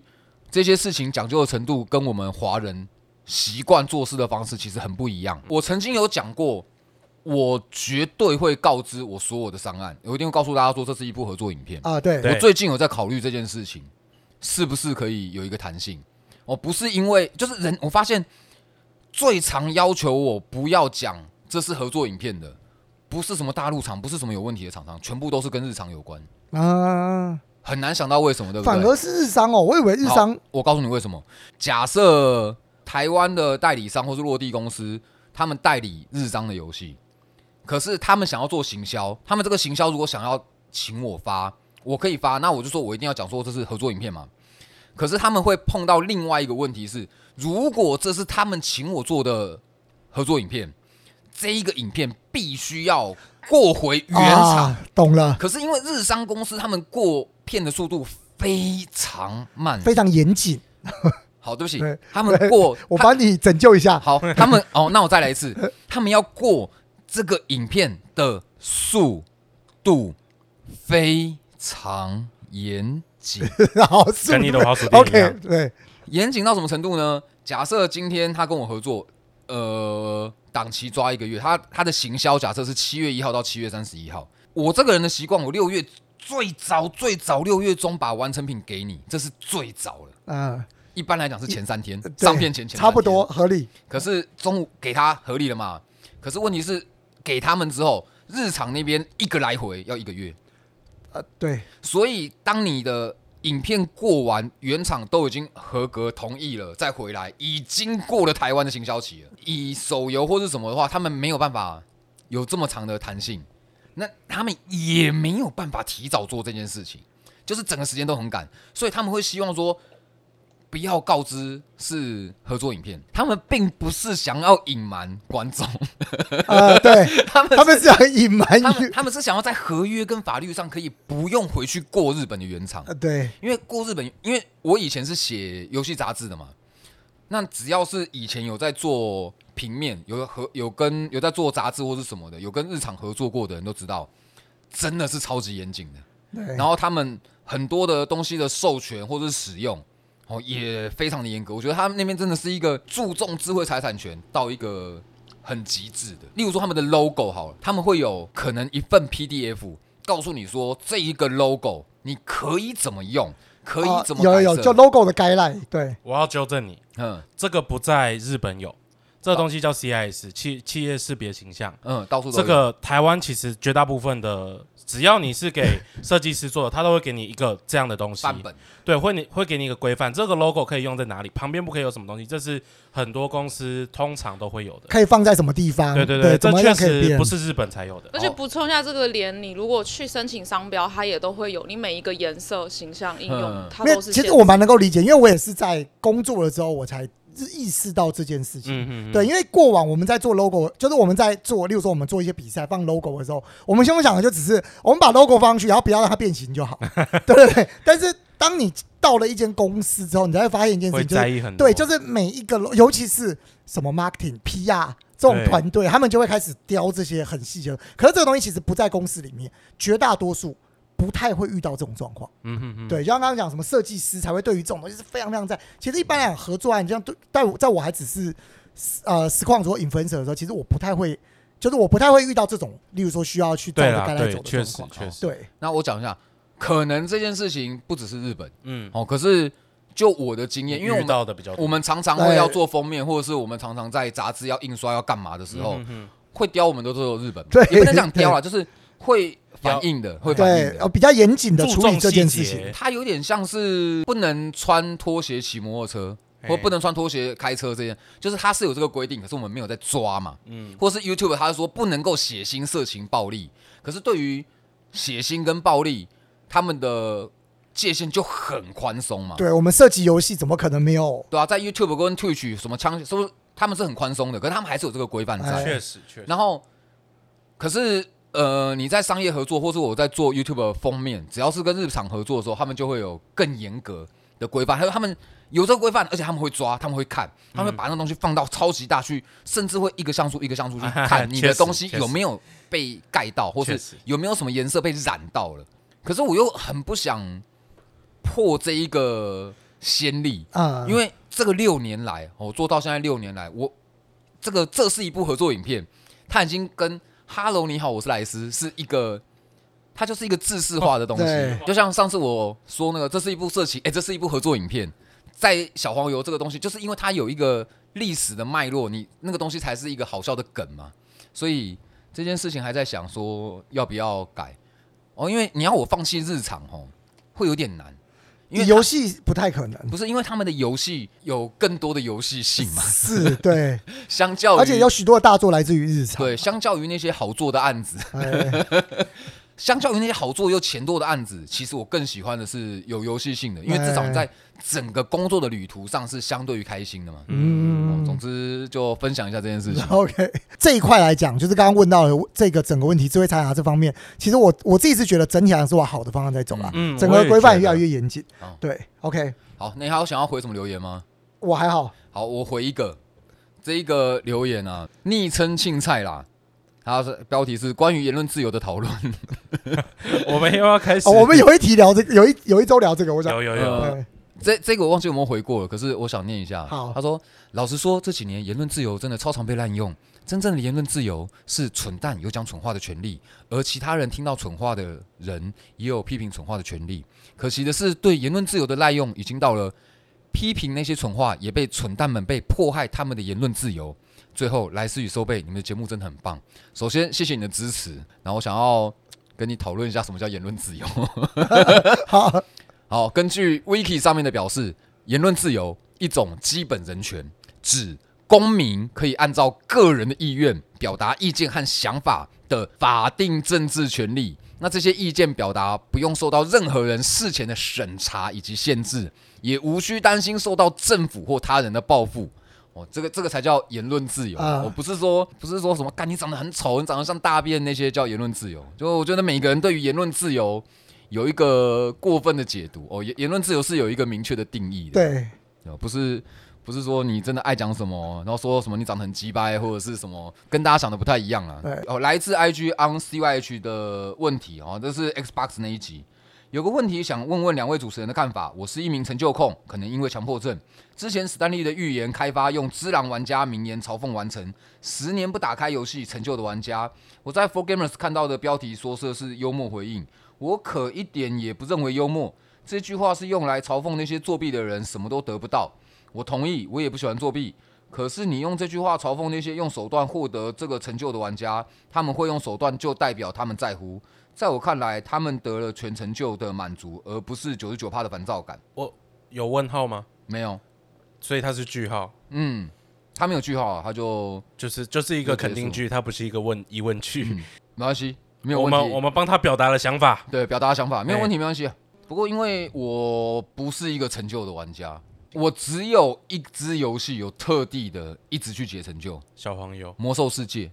Speaker 1: 这些事情讲究的程度跟我们华人习惯做事的方式其实很不一样。我曾经有讲过，我绝对会告知我所有的商案，我一定会告诉大家说这是一部合作影片。
Speaker 2: 啊，对
Speaker 3: 对
Speaker 1: 我最近有在考虑这件事情，是不是可以有一个弹性？哦，不是因为就是人，我发现最常要求我不要讲这是合作影片的，不是什么大陆厂，不是什么有问题的厂商，全部都是跟日常有关，
Speaker 2: 啊，
Speaker 1: 很难想到为什么，对不对？
Speaker 2: 反而是日商哦，我以为日商
Speaker 1: 好，我告诉你为什么。假设台湾的代理商或是落地公司，他们代理日商的游戏，可是他们想要做行销，他们这个行销如果想要请我发，我可以发，那我就说我一定要讲说这是合作影片嘛。可是他们会碰到另外一个问题是，如果这是他们请我做的合作影片，这一个影片必须要过回原厂。
Speaker 2: 啊，懂了，
Speaker 1: 可是因为日商公司他们过片的速度非常慢，
Speaker 2: 非常严谨。
Speaker 1: 好，对不起
Speaker 2: 对，
Speaker 1: 他们过，
Speaker 2: 我
Speaker 1: 他
Speaker 2: 帮你拯救一下，
Speaker 1: 好，他们哦，那我再来一次，他们要过这个影片的速度非常严 谨，
Speaker 2: 然后是
Speaker 3: 跟你的滑鼠垫一样
Speaker 2: OK，对，
Speaker 1: 严谨到什么程度呢？假设今天他跟我合作，呃，档期抓一个月，他他的行销假设是七月一号到七月三十一号。我这个人的习惯，我六月最早最早六月中把完成品给你，这是最早了。
Speaker 2: 嗯，
Speaker 1: 一般来讲是前三天
Speaker 2: 呃对，
Speaker 1: 上片前前三天
Speaker 2: 差不多。合理，
Speaker 1: 可是中午给他合理了嘛？可是问题是给他们之后，日常那边一个来回要一个月，
Speaker 2: 呃，对，
Speaker 1: 所以当你的影片过完，原厂都已经合格同意了，再回来已经过了台湾的行销期了。以手游或是什么的话，他们没有办法有这么长的弹性，那他们也没有办法提早做这件事情，就是整个时间都很赶，所以他们会希望说。不要告知是合作影片，他们并不是想要隐瞒观众，
Speaker 2: 呃，对，
Speaker 1: 他们
Speaker 2: 他们是很隐瞒
Speaker 1: 他们
Speaker 2: 于，
Speaker 1: 他们是想要在合约跟法律上可以不用回去过日本的原厂，
Speaker 2: 呃，对，
Speaker 1: 因为过日本，因为我以前是写游戏杂志的嘛，那只要是以前有在做平面，有和有跟有在做杂志或是什么的，有跟日厂合作过的人都知道，真的是超级严谨的。
Speaker 2: 对，
Speaker 1: 然后他们很多的东西的授权或者是使用，哦，也非常的严格。我觉得他们那边真的是一个注重智慧财产权到一个很极致的。例如说他们的 logo 好了，他们会有可能一份 PDF 告诉你说这一个 logo 你可以怎么用，可以
Speaker 2: 啊
Speaker 1: 怎么、
Speaker 2: 有有有，就 logo 的 guideline，对，
Speaker 3: 我要纠正你，
Speaker 1: 嗯
Speaker 3: 这个不在日本有，这个东西叫 CIS 企企业识别形象。
Speaker 1: 嗯，到处都
Speaker 3: 这
Speaker 1: 有
Speaker 3: 个台湾其实绝大部分的，只要你是给设计师做的，他都会给你一个这样的东西，
Speaker 1: 范本，
Speaker 3: 对，会你会给你一个规范，这个 logo 可以用在哪里，旁边不可以有什么东西，这是很多公司通常都会有的。
Speaker 2: 可以放在什么地方？
Speaker 3: 对
Speaker 2: 嗯对
Speaker 3: 对，
Speaker 2: 怎
Speaker 3: 这
Speaker 2: 么
Speaker 3: 确
Speaker 2: 样可以
Speaker 3: 实
Speaker 2: 变
Speaker 3: 不？是日本才有的。
Speaker 4: 而
Speaker 2: 哦
Speaker 4: 且补充一下，这个连你如果去申请商标，它也都会有你每一个颜色、形象、应用
Speaker 1: 嗯，
Speaker 4: 它
Speaker 2: 没有，
Speaker 4: 都是
Speaker 2: 其
Speaker 4: 限
Speaker 2: 实
Speaker 4: 制。
Speaker 2: 我蛮能够理解，因为我也是在工作了之后，我才意识到这件事情。
Speaker 3: 嗯嗯，嗯
Speaker 2: 对，，因为过往我们在做 logo，就是我们在做，例如说我们做一些比赛放 logo 的时候，我们心中想的就只是我们把 logo 放上去，然后不要让它变形就 好，对对对。但是当你到了一间公司之后，你才会发现一件事
Speaker 3: 会
Speaker 2: 情，就
Speaker 3: 在
Speaker 2: 是
Speaker 3: 意很多。
Speaker 2: 对，就是每一个 logo，尤其是什么 marketing、PR 这种
Speaker 3: 对
Speaker 2: 团队，他们就会开始雕这些很细节的。可是这个东西其实不在公司里面，绝大多数不太会遇到这种状况。
Speaker 3: 嗯嗯嗯，
Speaker 2: 对，就像刚刚讲什么设计师才会对于这种东西是非常非常在。其实一般来讲合作案，就像对，在我在我还只是呃实况说 influencer 的时候，其实我不太会，就是我不太会遇到这种，例如说需要去照
Speaker 3: 对
Speaker 2: 着
Speaker 3: 啦，
Speaker 2: 该来
Speaker 3: 对
Speaker 2: 走，
Speaker 3: 确
Speaker 2: 的
Speaker 3: 实
Speaker 2: 状况。
Speaker 3: 确实，
Speaker 2: 对，
Speaker 1: 那我讲一下，可能这件事情不只是日本
Speaker 3: 嗯，
Speaker 1: 哦，可是就我的经验，因为我
Speaker 3: 遇
Speaker 1: 们
Speaker 3: 到的比较多。
Speaker 1: 我们常常会要做封面，或者是我们常常在杂志要印刷要干嘛的时候，
Speaker 3: 嗯嗯
Speaker 1: 会雕我们都是有日本嘛，
Speaker 2: 对
Speaker 1: 也不能讲雕啦，就是会反应的，会反
Speaker 2: 对
Speaker 1: 应，
Speaker 2: 呃，
Speaker 1: 的。
Speaker 2: 比较严谨的
Speaker 3: 注
Speaker 2: 处
Speaker 3: 重
Speaker 2: 理这件
Speaker 3: 细
Speaker 2: 事
Speaker 3: 节
Speaker 2: 情。
Speaker 1: 它有点像是不能穿拖鞋骑摩托车，
Speaker 3: 哎
Speaker 1: 或不能穿拖鞋开车这件，就是它是有这个规定，可是我们没有在抓嘛。
Speaker 3: 嗯
Speaker 1: 嗯，或是 YouTube 它说不能够血腥、色情、暴力，可是对于血腥跟暴力，他们的界限就很宽松嘛。
Speaker 2: 对我们设计游戏，怎么可能没有？
Speaker 1: 对啊，在 YouTube 跟 Twitch 什么枪，是不是他们是很宽松的？可是他们还是有这个规范在。
Speaker 2: 哎
Speaker 3: 确实确实，
Speaker 1: 然后，可是呃，你在商业合作，或是我在做 YouTube 封面，只要是跟日厂合作的时候，他们就会有更严格的规范，还有他们有这个规范，而且他们会抓，他们会看，他
Speaker 3: 嗯
Speaker 1: 们会把那东西放到超级大去，甚至会一个像素一个像 素去看你
Speaker 3: 确
Speaker 1: 的
Speaker 3: 实
Speaker 1: 东西
Speaker 3: 确实
Speaker 1: 有没有被盖到，或
Speaker 3: 确
Speaker 1: 是
Speaker 3: 实
Speaker 1: 有没有什么颜色被染到了。可是我又很不想破这一个先例，
Speaker 2: 啊、
Speaker 1: 因为这个六年来，我、做到现在六年来，我这个这是一部合作影片，它已经跟《Hello 你好，我是莱斯》是一个，它就是一个制式化的东西。
Speaker 2: 哦对
Speaker 1: 就像上次我说那个，这是一部色情，哎，这是一部合作影片，在小黄油这个东西，就是因为它有一个历史的脉络，你那个东西才是一个好笑的梗嘛。所以这件事情还在想说要不要改哦，因为你要我放弃日常哦，会有点难。因为它
Speaker 2: 游戏不太可能。
Speaker 1: 不是因为他们的游戏有更多的游戏性嘛？
Speaker 2: 是对，
Speaker 1: 相较于
Speaker 2: 而且有许多的大作来自于日常。
Speaker 1: 对，相较于那些好做的案子，
Speaker 2: 哎，
Speaker 1: 相较于那些好做又钱多的案子，其实我更喜欢的是有游戏性的，因为至少
Speaker 2: 哎
Speaker 1: 你在整个工作的旅途上是相对于开心的嘛。哦总
Speaker 2: 嗯
Speaker 1: 之就分享一下这件事情。
Speaker 2: ，OK，这一块来讲，就是刚刚问到的这个整个问题，智慧财产啊这方面，其实我我自己是觉得整体来说往好的方向在走啦。
Speaker 3: 嗯
Speaker 2: 整
Speaker 3: 我
Speaker 2: 个
Speaker 3: 也
Speaker 2: 规范
Speaker 3: 觉
Speaker 2: 也越来
Speaker 3: 得
Speaker 2: 越严谨
Speaker 1: 好。
Speaker 2: 对，OK，
Speaker 1: 好，那你还有想要回什么留言吗？
Speaker 2: 我还好，
Speaker 1: 好，我回一个，这一个留言啊，昵称庆菜啦，它是标题是关于言论自由的讨论。
Speaker 3: 我们又要开始，
Speaker 2: 哦，我们有一题聊这个，有一有一周聊这个，我想
Speaker 3: 有有
Speaker 1: 呃
Speaker 3: 有，
Speaker 2: 对
Speaker 1: 这这个我忘记有没有回过了，可是我想念一下。
Speaker 2: 好
Speaker 1: 他说：“老实说，这几年言论自由真的超常被滥用。真正的言论自由是蠢蛋有讲蠢话的权利，而其他人听到蠢话的人也有批评蠢话的权利。可惜的是，对言论自由的滥用已经到了批评那些蠢话，也被蠢蛋们被迫害他们的言论自由。”最后，来思与收贝，你们的节目真的很棒。首先，谢谢你的支持，然后我想要跟你讨论一下什么叫言论自由。
Speaker 2: 好，
Speaker 1: 好，根据 Wiki 上面的表示，言论自由一种基本人权，指公民可以按照个人的意愿表达意见和想法的法定政治权利。那这些意见表达不用受到任何人事前的审查以及限制，也无需担心受到政府或他人的报复。哦，这个这个才叫言论自由。
Speaker 2: 啊
Speaker 1: 我不是说不是说什么，干你长得很丑，你长得像大便那些叫言论自由。就我觉得每个人对于言论自由有一个过分的解读哦，言言论自由是有一个明确的定义的，
Speaker 2: 对，
Speaker 1: 对，不是不是说你真的爱讲什么，然后说什么你长得很鸡掰或者是什么，跟大家想的不太一样啊
Speaker 2: 对。
Speaker 1: 哦，来自 IG on CYH 的问题哦，这是 Xbox 那一集。有个问题想问问两位主持人的看法。我是一名成就控，可能因为强迫症。之前史丹利的预言开发用“只狼玩家”名言嘲讽完成，十年不打开游戏成就的玩家。我在 For Gamers 看到的标题说这是幽默回应，我可一点也不认为幽默。这句话是用来嘲讽那些作弊的人什么都得不到。我同意，我也不喜欢作弊。可是你用这句话嘲讽那些用手段获得这个成就的玩家，他们会用手段就代表他们在乎。在我看来，他们得了全成就的满足，而不是九十九趴的烦躁感。
Speaker 3: 我有问号吗？
Speaker 1: 没有，
Speaker 3: 所以它是句号，
Speaker 1: 嗯，他没有句号啊，他就
Speaker 3: 就是就是一个肯定句，它不是一个问疑问句。
Speaker 1: 没关系，嗯没有
Speaker 3: 我
Speaker 1: 问
Speaker 3: 们哎我
Speaker 1: 题。
Speaker 3: 们帮他表达了想法，
Speaker 1: 对，表达想法没有问题，没关系啊。不过因为我不是一个成就的玩家，我只有一支游戏有特地的一直去解成就，
Speaker 3: 小黄油
Speaker 1: 魔兽世界，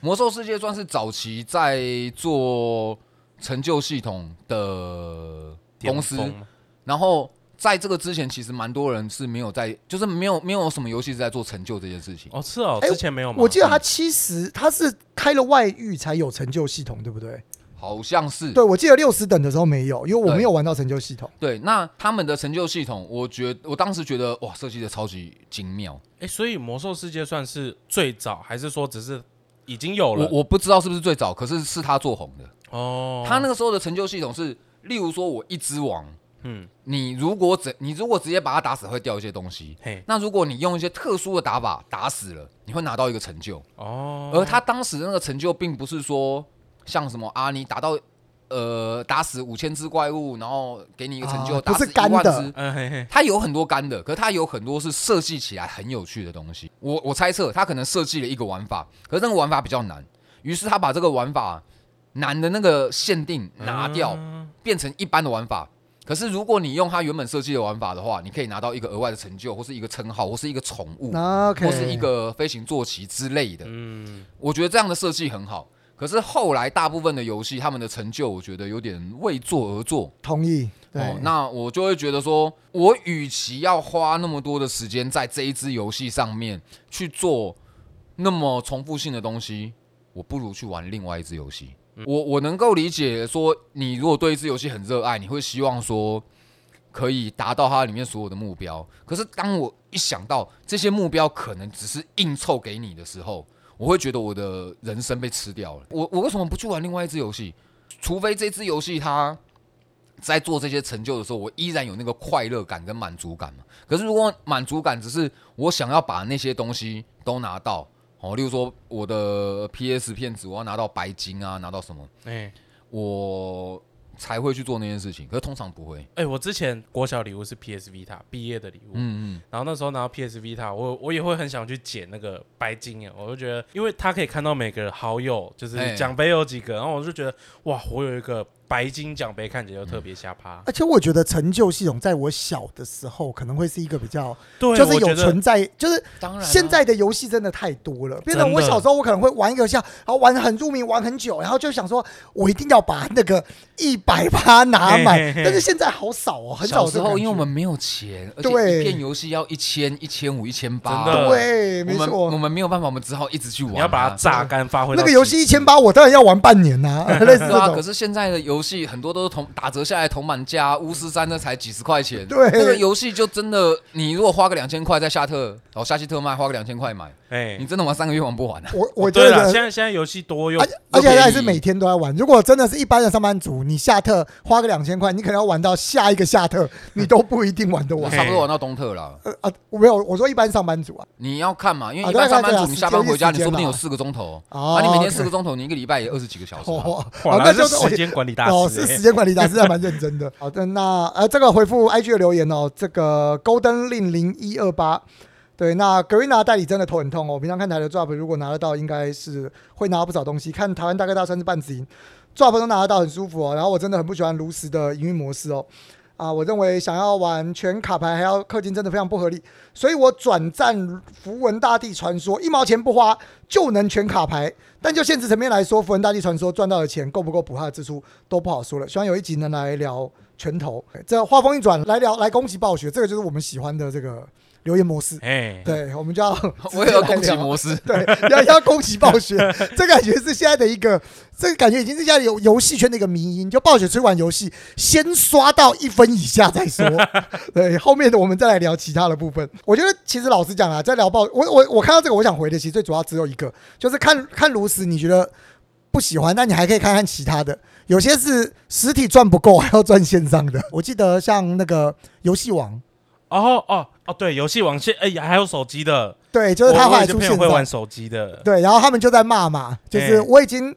Speaker 1: 魔兽世界算是早期在做成就系统的公司，
Speaker 3: 巅峰吗
Speaker 1: 然后在这个之前，其实蛮多人是没有在，就是没有没有什么游戏是在做成就这件事情。
Speaker 3: 哦，是哦，
Speaker 2: 哎
Speaker 3: 之前没有吗？
Speaker 2: 我记得他七十，他是开了外遇才有成就系统，对不对？
Speaker 1: 好像是
Speaker 2: 对，我记得六十等的时候没有，因为我
Speaker 1: 对
Speaker 2: 没有玩到成就系统。
Speaker 1: 对那他们的成就系统，我觉我当时觉得哇，设计的超级精妙。
Speaker 3: 哎，所以魔兽世界算是最早，还是说只是已经有
Speaker 1: 我
Speaker 3: 了？
Speaker 1: 我不知道是不是最早，可是是他做红的。
Speaker 3: 哦，
Speaker 1: 他那个时候的成就系统是，例如说我一只王，
Speaker 3: 嗯，
Speaker 1: 你如果只你如果直接把它打死，会掉一些东西。
Speaker 3: 嘿
Speaker 1: 那如果你用一些特殊的打法打死了，你会拿到一个成就。
Speaker 3: 哦，
Speaker 1: 而他当时的那个成就，并不是说像什么啊，你打到呃打死五千只怪物，然后给你一个成就，
Speaker 2: 啊
Speaker 1: 打
Speaker 2: 不
Speaker 1: 死
Speaker 2: 是干
Speaker 1: 一
Speaker 2: 的
Speaker 1: 万只。
Speaker 3: 嗯嘿嘿，
Speaker 1: 它有很多干的，可是它有很多是设计起来很有趣的东西。我我猜测他可能设计了一个玩法，可是那个玩法比较难，于是他把这个玩法难的那个限定拿掉，
Speaker 3: 嗯
Speaker 1: 变成一般的玩法。可是如果你用它原本设计的玩法的话，你可以拿到一个额外的成就，或是一个称号，或是一个宠物，
Speaker 2: 那 OK，
Speaker 1: 或是一个飞行坐骑之类的。
Speaker 3: 嗯，
Speaker 1: 我觉得这样的设计很好。可是后来大部分的游戏，他们的成就我觉得有点为做而做。
Speaker 2: 同意。对，
Speaker 1: 哦，那我就会觉得说，我与其要花那么多的时间在这一支游戏上面去做那么重复性的东西，我不如去玩另外一支游戏。我我能够理解说，你如果对一支游戏很热爱，你会希望说可以达到它里面所有的目标。可是当我一想到这些目标可能只是硬凑给你的时候，我会觉得我的人生被吃掉了。我我为什么不去玩另外一支游戏？除非这支游戏它在做这些成就的时候，我依然有那个快乐感跟满足感嘛。可是如果满足感只是我想要把那些东西都拿到，哦，例如说我的 PS 片子，我要拿到白金啊，拿到什么，
Speaker 3: 哎
Speaker 1: 我才会去做那件事情。可是通常不会。
Speaker 3: 哎，我之前国小礼物是 PS Vita 毕业的礼物，
Speaker 1: 嗯嗯，
Speaker 3: 然后那时候拿到 PS Vita，我我也会很想去捡那个白金啊，我就觉得，因为他可以看到每个好友就是
Speaker 1: 哎
Speaker 3: 奖杯有几个，然后我就觉得哇，我有一个白金奖杯看起来就
Speaker 2: 嗯
Speaker 3: 特别瞎趴。
Speaker 2: 而且我觉得成就系统在我小的时候可能会是一个比较，
Speaker 3: 对，
Speaker 2: 就是
Speaker 3: 我觉
Speaker 2: 有
Speaker 3: 得
Speaker 2: 存在，就是
Speaker 1: 当然啊
Speaker 2: 现在的游戏真的太多了，变成
Speaker 3: 真
Speaker 2: 我
Speaker 3: 的
Speaker 2: 小时候我可能会玩一个游戏，然后玩得很入迷，玩很久，然后就想说我一定要把那个一百趴拿
Speaker 3: 嘿嘿
Speaker 2: 满，
Speaker 3: 嘿
Speaker 2: 但是现在好少哦，很少
Speaker 1: 小
Speaker 2: 有这
Speaker 1: 时
Speaker 2: 种感
Speaker 1: 候因
Speaker 2: 觉。
Speaker 1: 为我们没有钱，而且
Speaker 2: 对
Speaker 1: 一片游戏要一千、一千五、一千八，
Speaker 3: 真的
Speaker 2: 对，
Speaker 1: 我
Speaker 2: 没
Speaker 1: 们我
Speaker 2: 错，
Speaker 1: 们没有办法，我们只好一直去玩啊、
Speaker 3: 你要把它榨干，发挥到
Speaker 2: 那个游戏
Speaker 3: 极
Speaker 2: 一
Speaker 3: 致
Speaker 2: 千，八，我当然要玩半年 呐、 类似
Speaker 1: 对
Speaker 2: 这
Speaker 1: 啊，可
Speaker 2: 种。
Speaker 1: 是现在的游戏很多都是同打折下来同满价，巫师三那才几十块钱，
Speaker 2: 对
Speaker 1: 那个游戏就真的，你如果花个两千块在夏特，然后夏季特卖花个两千块买，
Speaker 3: 哎
Speaker 1: 你，真的玩三个月玩不完啊。
Speaker 2: 我我
Speaker 3: 对
Speaker 2: 真
Speaker 3: 了，
Speaker 2: 的
Speaker 3: 现
Speaker 2: 觉得，啊
Speaker 3: 在现在游戏多又
Speaker 2: 而且而且
Speaker 1: 又便宜
Speaker 2: 还是每天都在玩。如果真的是一般的上班族，你夏特花个两千块，你可能要玩到下一个夏特，你都不一定玩得
Speaker 1: 我
Speaker 2: 完。
Speaker 1: 差不多玩到东特了，
Speaker 2: 呃啊，我没有，我说一般上班族啊。
Speaker 1: 你要看嘛，因为
Speaker 2: 啊
Speaker 1: 一般
Speaker 2: 对啊
Speaker 1: 上
Speaker 2: 对啊
Speaker 1: 班
Speaker 2: 对啊
Speaker 1: 族你下班回家，
Speaker 2: 时
Speaker 1: 你
Speaker 2: 间
Speaker 1: 说不定
Speaker 2: 嘛
Speaker 1: 有四个钟头，
Speaker 2: 哦
Speaker 1: 啊，你每天
Speaker 2: OK
Speaker 1: 四个钟头，你一个礼拜也二十几个小时啊。
Speaker 2: 哦，
Speaker 3: 哇
Speaker 2: 哦，
Speaker 3: 那
Speaker 2: 那就是我
Speaker 3: 时间管理大师
Speaker 2: 哦，是
Speaker 3: 哎
Speaker 2: 时间管理大师，还蛮认真的。 好的，那呃，这个回复 IG 的留言哦，这个 Golden 令零一二八，对，那 Garena 代理真的头很痛哦。我平常看台的 drop，如果拿得到，应该是会拿到不少东西。看台湾大哥大算是半自营，drop 都拿得到，很舒服哦。然后我真的很不喜欢炉石的营运模式哦。啊，我认为想要玩全卡牌还要氪金真的非常不合理，所以我转战符文大地传说，一毛钱不花就能全卡牌。但就现实层面来说，符文大地传说赚到的钱够不够补他的支出都不好说了。希望有一集能来聊拳头。这话锋一转，来聊来攻击暴雪，这个就是我们喜欢的这个留言模式。
Speaker 3: 哎，
Speaker 2: 对，我们就要
Speaker 1: 我也有攻
Speaker 2: 直
Speaker 1: 击
Speaker 2: 接来聊
Speaker 1: 模 式，
Speaker 2: 对，要要攻击暴雪， 这感觉是现在的一个，这个感觉已经是现在游游戏圈的一个迷因。就暴雪出玩游戏，先刷到一分以下再说， 对，后面的我们再来聊其他的部分。我觉得其实老实讲啊，在聊暴，我我我看到这个，我想回的其实最主要只有一个，就是看看炉石，你觉得不喜欢，那你还可以看看其他的。有些是实体赚不够，还要赚线上的。我记得像那个游戏王，
Speaker 3: 哦哦哦，对，游戏王现哎还有手机的，
Speaker 2: 对，就
Speaker 3: 我
Speaker 2: 是他后
Speaker 3: 我
Speaker 2: 来
Speaker 3: 有些
Speaker 2: 出
Speaker 3: 朋
Speaker 2: 现
Speaker 3: 友会
Speaker 2: 在。
Speaker 3: 玩手机的，
Speaker 2: 对，然后他们就在骂嘛，就是
Speaker 3: 哎
Speaker 2: 我已经。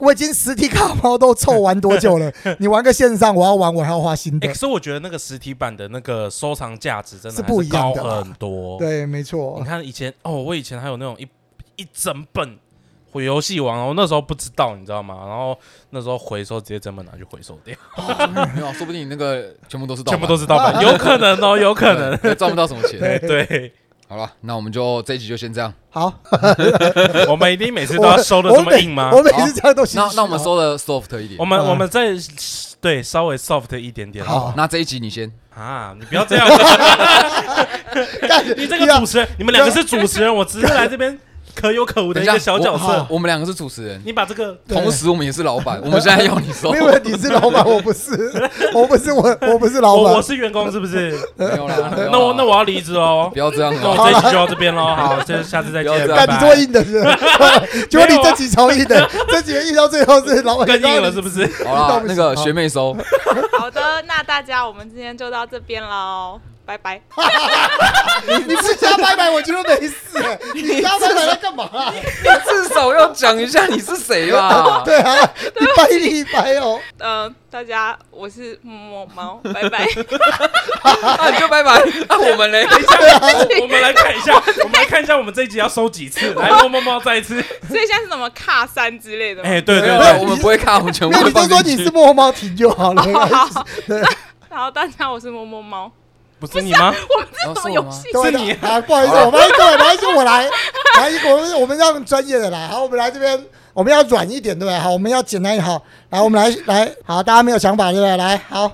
Speaker 2: 我已经实体卡包都凑玩多久 了？你玩个线上，我要玩，我还要花心的
Speaker 3: 哎，可。是我觉得那个实体版的那个收藏价值真的
Speaker 2: 是
Speaker 3: 还
Speaker 2: 不一样
Speaker 3: 高
Speaker 2: 的啦
Speaker 3: 很多。
Speaker 2: 对，没
Speaker 3: 你
Speaker 2: 错。
Speaker 3: 看以前哦，我以前还有那种一一整本回游戏王，我那时候不知道，你知道吗？然后那时候回收直接整本拿去回收掉，
Speaker 2: 哦
Speaker 1: 没有，说不定你那个全部都是盗版
Speaker 3: 全部都是盗版，有可能哦，有可 能。
Speaker 1: 对 赚不到什么钱。
Speaker 3: 哎，对，
Speaker 1: 好了，那我们就这一集就先这样。
Speaker 2: 好，
Speaker 3: 我们一定每次
Speaker 2: 我
Speaker 3: 都要收的
Speaker 2: 我
Speaker 3: 这么
Speaker 2: 每
Speaker 3: 硬吗？
Speaker 2: 我每次这样都心虚
Speaker 1: 那那我们
Speaker 2: 哦
Speaker 1: 收的 soft 一点
Speaker 3: 我。们
Speaker 2: 嗯
Speaker 3: 我们再对稍微 soft 一点点
Speaker 2: 好，
Speaker 1: 那这一集你先，
Speaker 3: 啊！你不要 这样，
Speaker 2: 干
Speaker 3: 你这
Speaker 2: 你
Speaker 3: 个
Speaker 2: 要
Speaker 3: 主持人，你们两个是主持人，我只是来这边可有可无的
Speaker 1: 等
Speaker 3: 一
Speaker 1: 下
Speaker 3: 个小角
Speaker 1: 我
Speaker 3: 色。
Speaker 1: 我们两个是主持人，
Speaker 3: 你把这个
Speaker 2: 对
Speaker 1: 同时我们也是老板， 我们现在要你收
Speaker 2: 没。有，没有你是 老板，我不是，我不是，我我不是老
Speaker 3: 我
Speaker 2: 板
Speaker 3: 我。是员工是不是？
Speaker 1: 没有啦，没有啦啊
Speaker 3: 那我那我要离职哦
Speaker 1: 不。要这样啊
Speaker 3: 那我
Speaker 1: 了。
Speaker 3: 这一集就到这边喽，好，这下次再
Speaker 1: 不要
Speaker 3: 见，
Speaker 1: 这
Speaker 3: 拜
Speaker 1: 样
Speaker 2: 干
Speaker 3: 拜。
Speaker 2: 你这么硬的 是不是？结果你这集超硬的，这集硬到最后是老板
Speaker 3: 啊更硬了是不是？
Speaker 1: 好啦，那个学妹收，
Speaker 4: 好的，那大家我们今天就到这边喽，拜拜。
Speaker 2: 你不加拜拜，我觉得没死。 你加拜拜在干嘛啊？
Speaker 1: 至少要讲一下你是谁 吧。
Speaker 2: 对啊，你掰你掰哦。
Speaker 4: 呃，大家我是默默 猫，拜拜。
Speaker 1: 那你就拜拜。那我们嘞？
Speaker 3: 等一下， 我我们来看一下，我们来看一下我们这一集要收几 次。来，猫猫猫再一次。
Speaker 4: 所以现在是什么卡三之类的吗？
Speaker 3: 哎，对
Speaker 1: 没
Speaker 3: 对
Speaker 1: 有
Speaker 3: 对
Speaker 1: 啦，我们不会看，我们全部
Speaker 2: 那
Speaker 1: 会
Speaker 2: 你就
Speaker 1: 放
Speaker 2: 说
Speaker 1: 进
Speaker 2: 你是
Speaker 1: 去。
Speaker 2: 摸猫停就好了，没关系。对，
Speaker 4: 然后大家我是默默猫，
Speaker 3: 不是你吗？
Speaker 4: 我们这
Speaker 1: 哦是
Speaker 4: 种
Speaker 1: 我
Speaker 4: 游
Speaker 1: 吗
Speaker 4: 戏
Speaker 2: 对
Speaker 3: 是你
Speaker 2: 啊，不好意思，我们各位，没关系，我来，来，我们我们让专业的来，好，我们来这边，我们要软一点，对不对？好，我们要简单一点，好，来，我们来来，好，大家没有想法，对不对？来，好，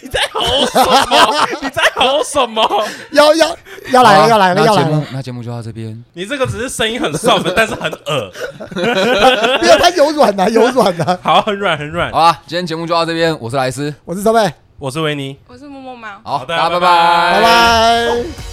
Speaker 3: 你在吼什
Speaker 1: 啊
Speaker 3: 么？你在吼什么？
Speaker 2: 要要要来
Speaker 1: 好
Speaker 2: 了，
Speaker 1: 啦
Speaker 2: 要来了，
Speaker 1: 那
Speaker 2: 要
Speaker 1: 节
Speaker 2: 来了
Speaker 1: 目，那节目就到这边。
Speaker 3: 你这个只是声音很 soft，但是很耳，
Speaker 2: 没有，他有软的，有软的，
Speaker 3: 好，很软很软
Speaker 1: 好。啦，今天节目就到这边，我是莱斯。
Speaker 2: 我是周贝，
Speaker 3: 我是维尼。
Speaker 4: 我是默默猫。
Speaker 1: 好，
Speaker 3: 好的
Speaker 1: 大家
Speaker 3: 拜拜
Speaker 2: 拜拜。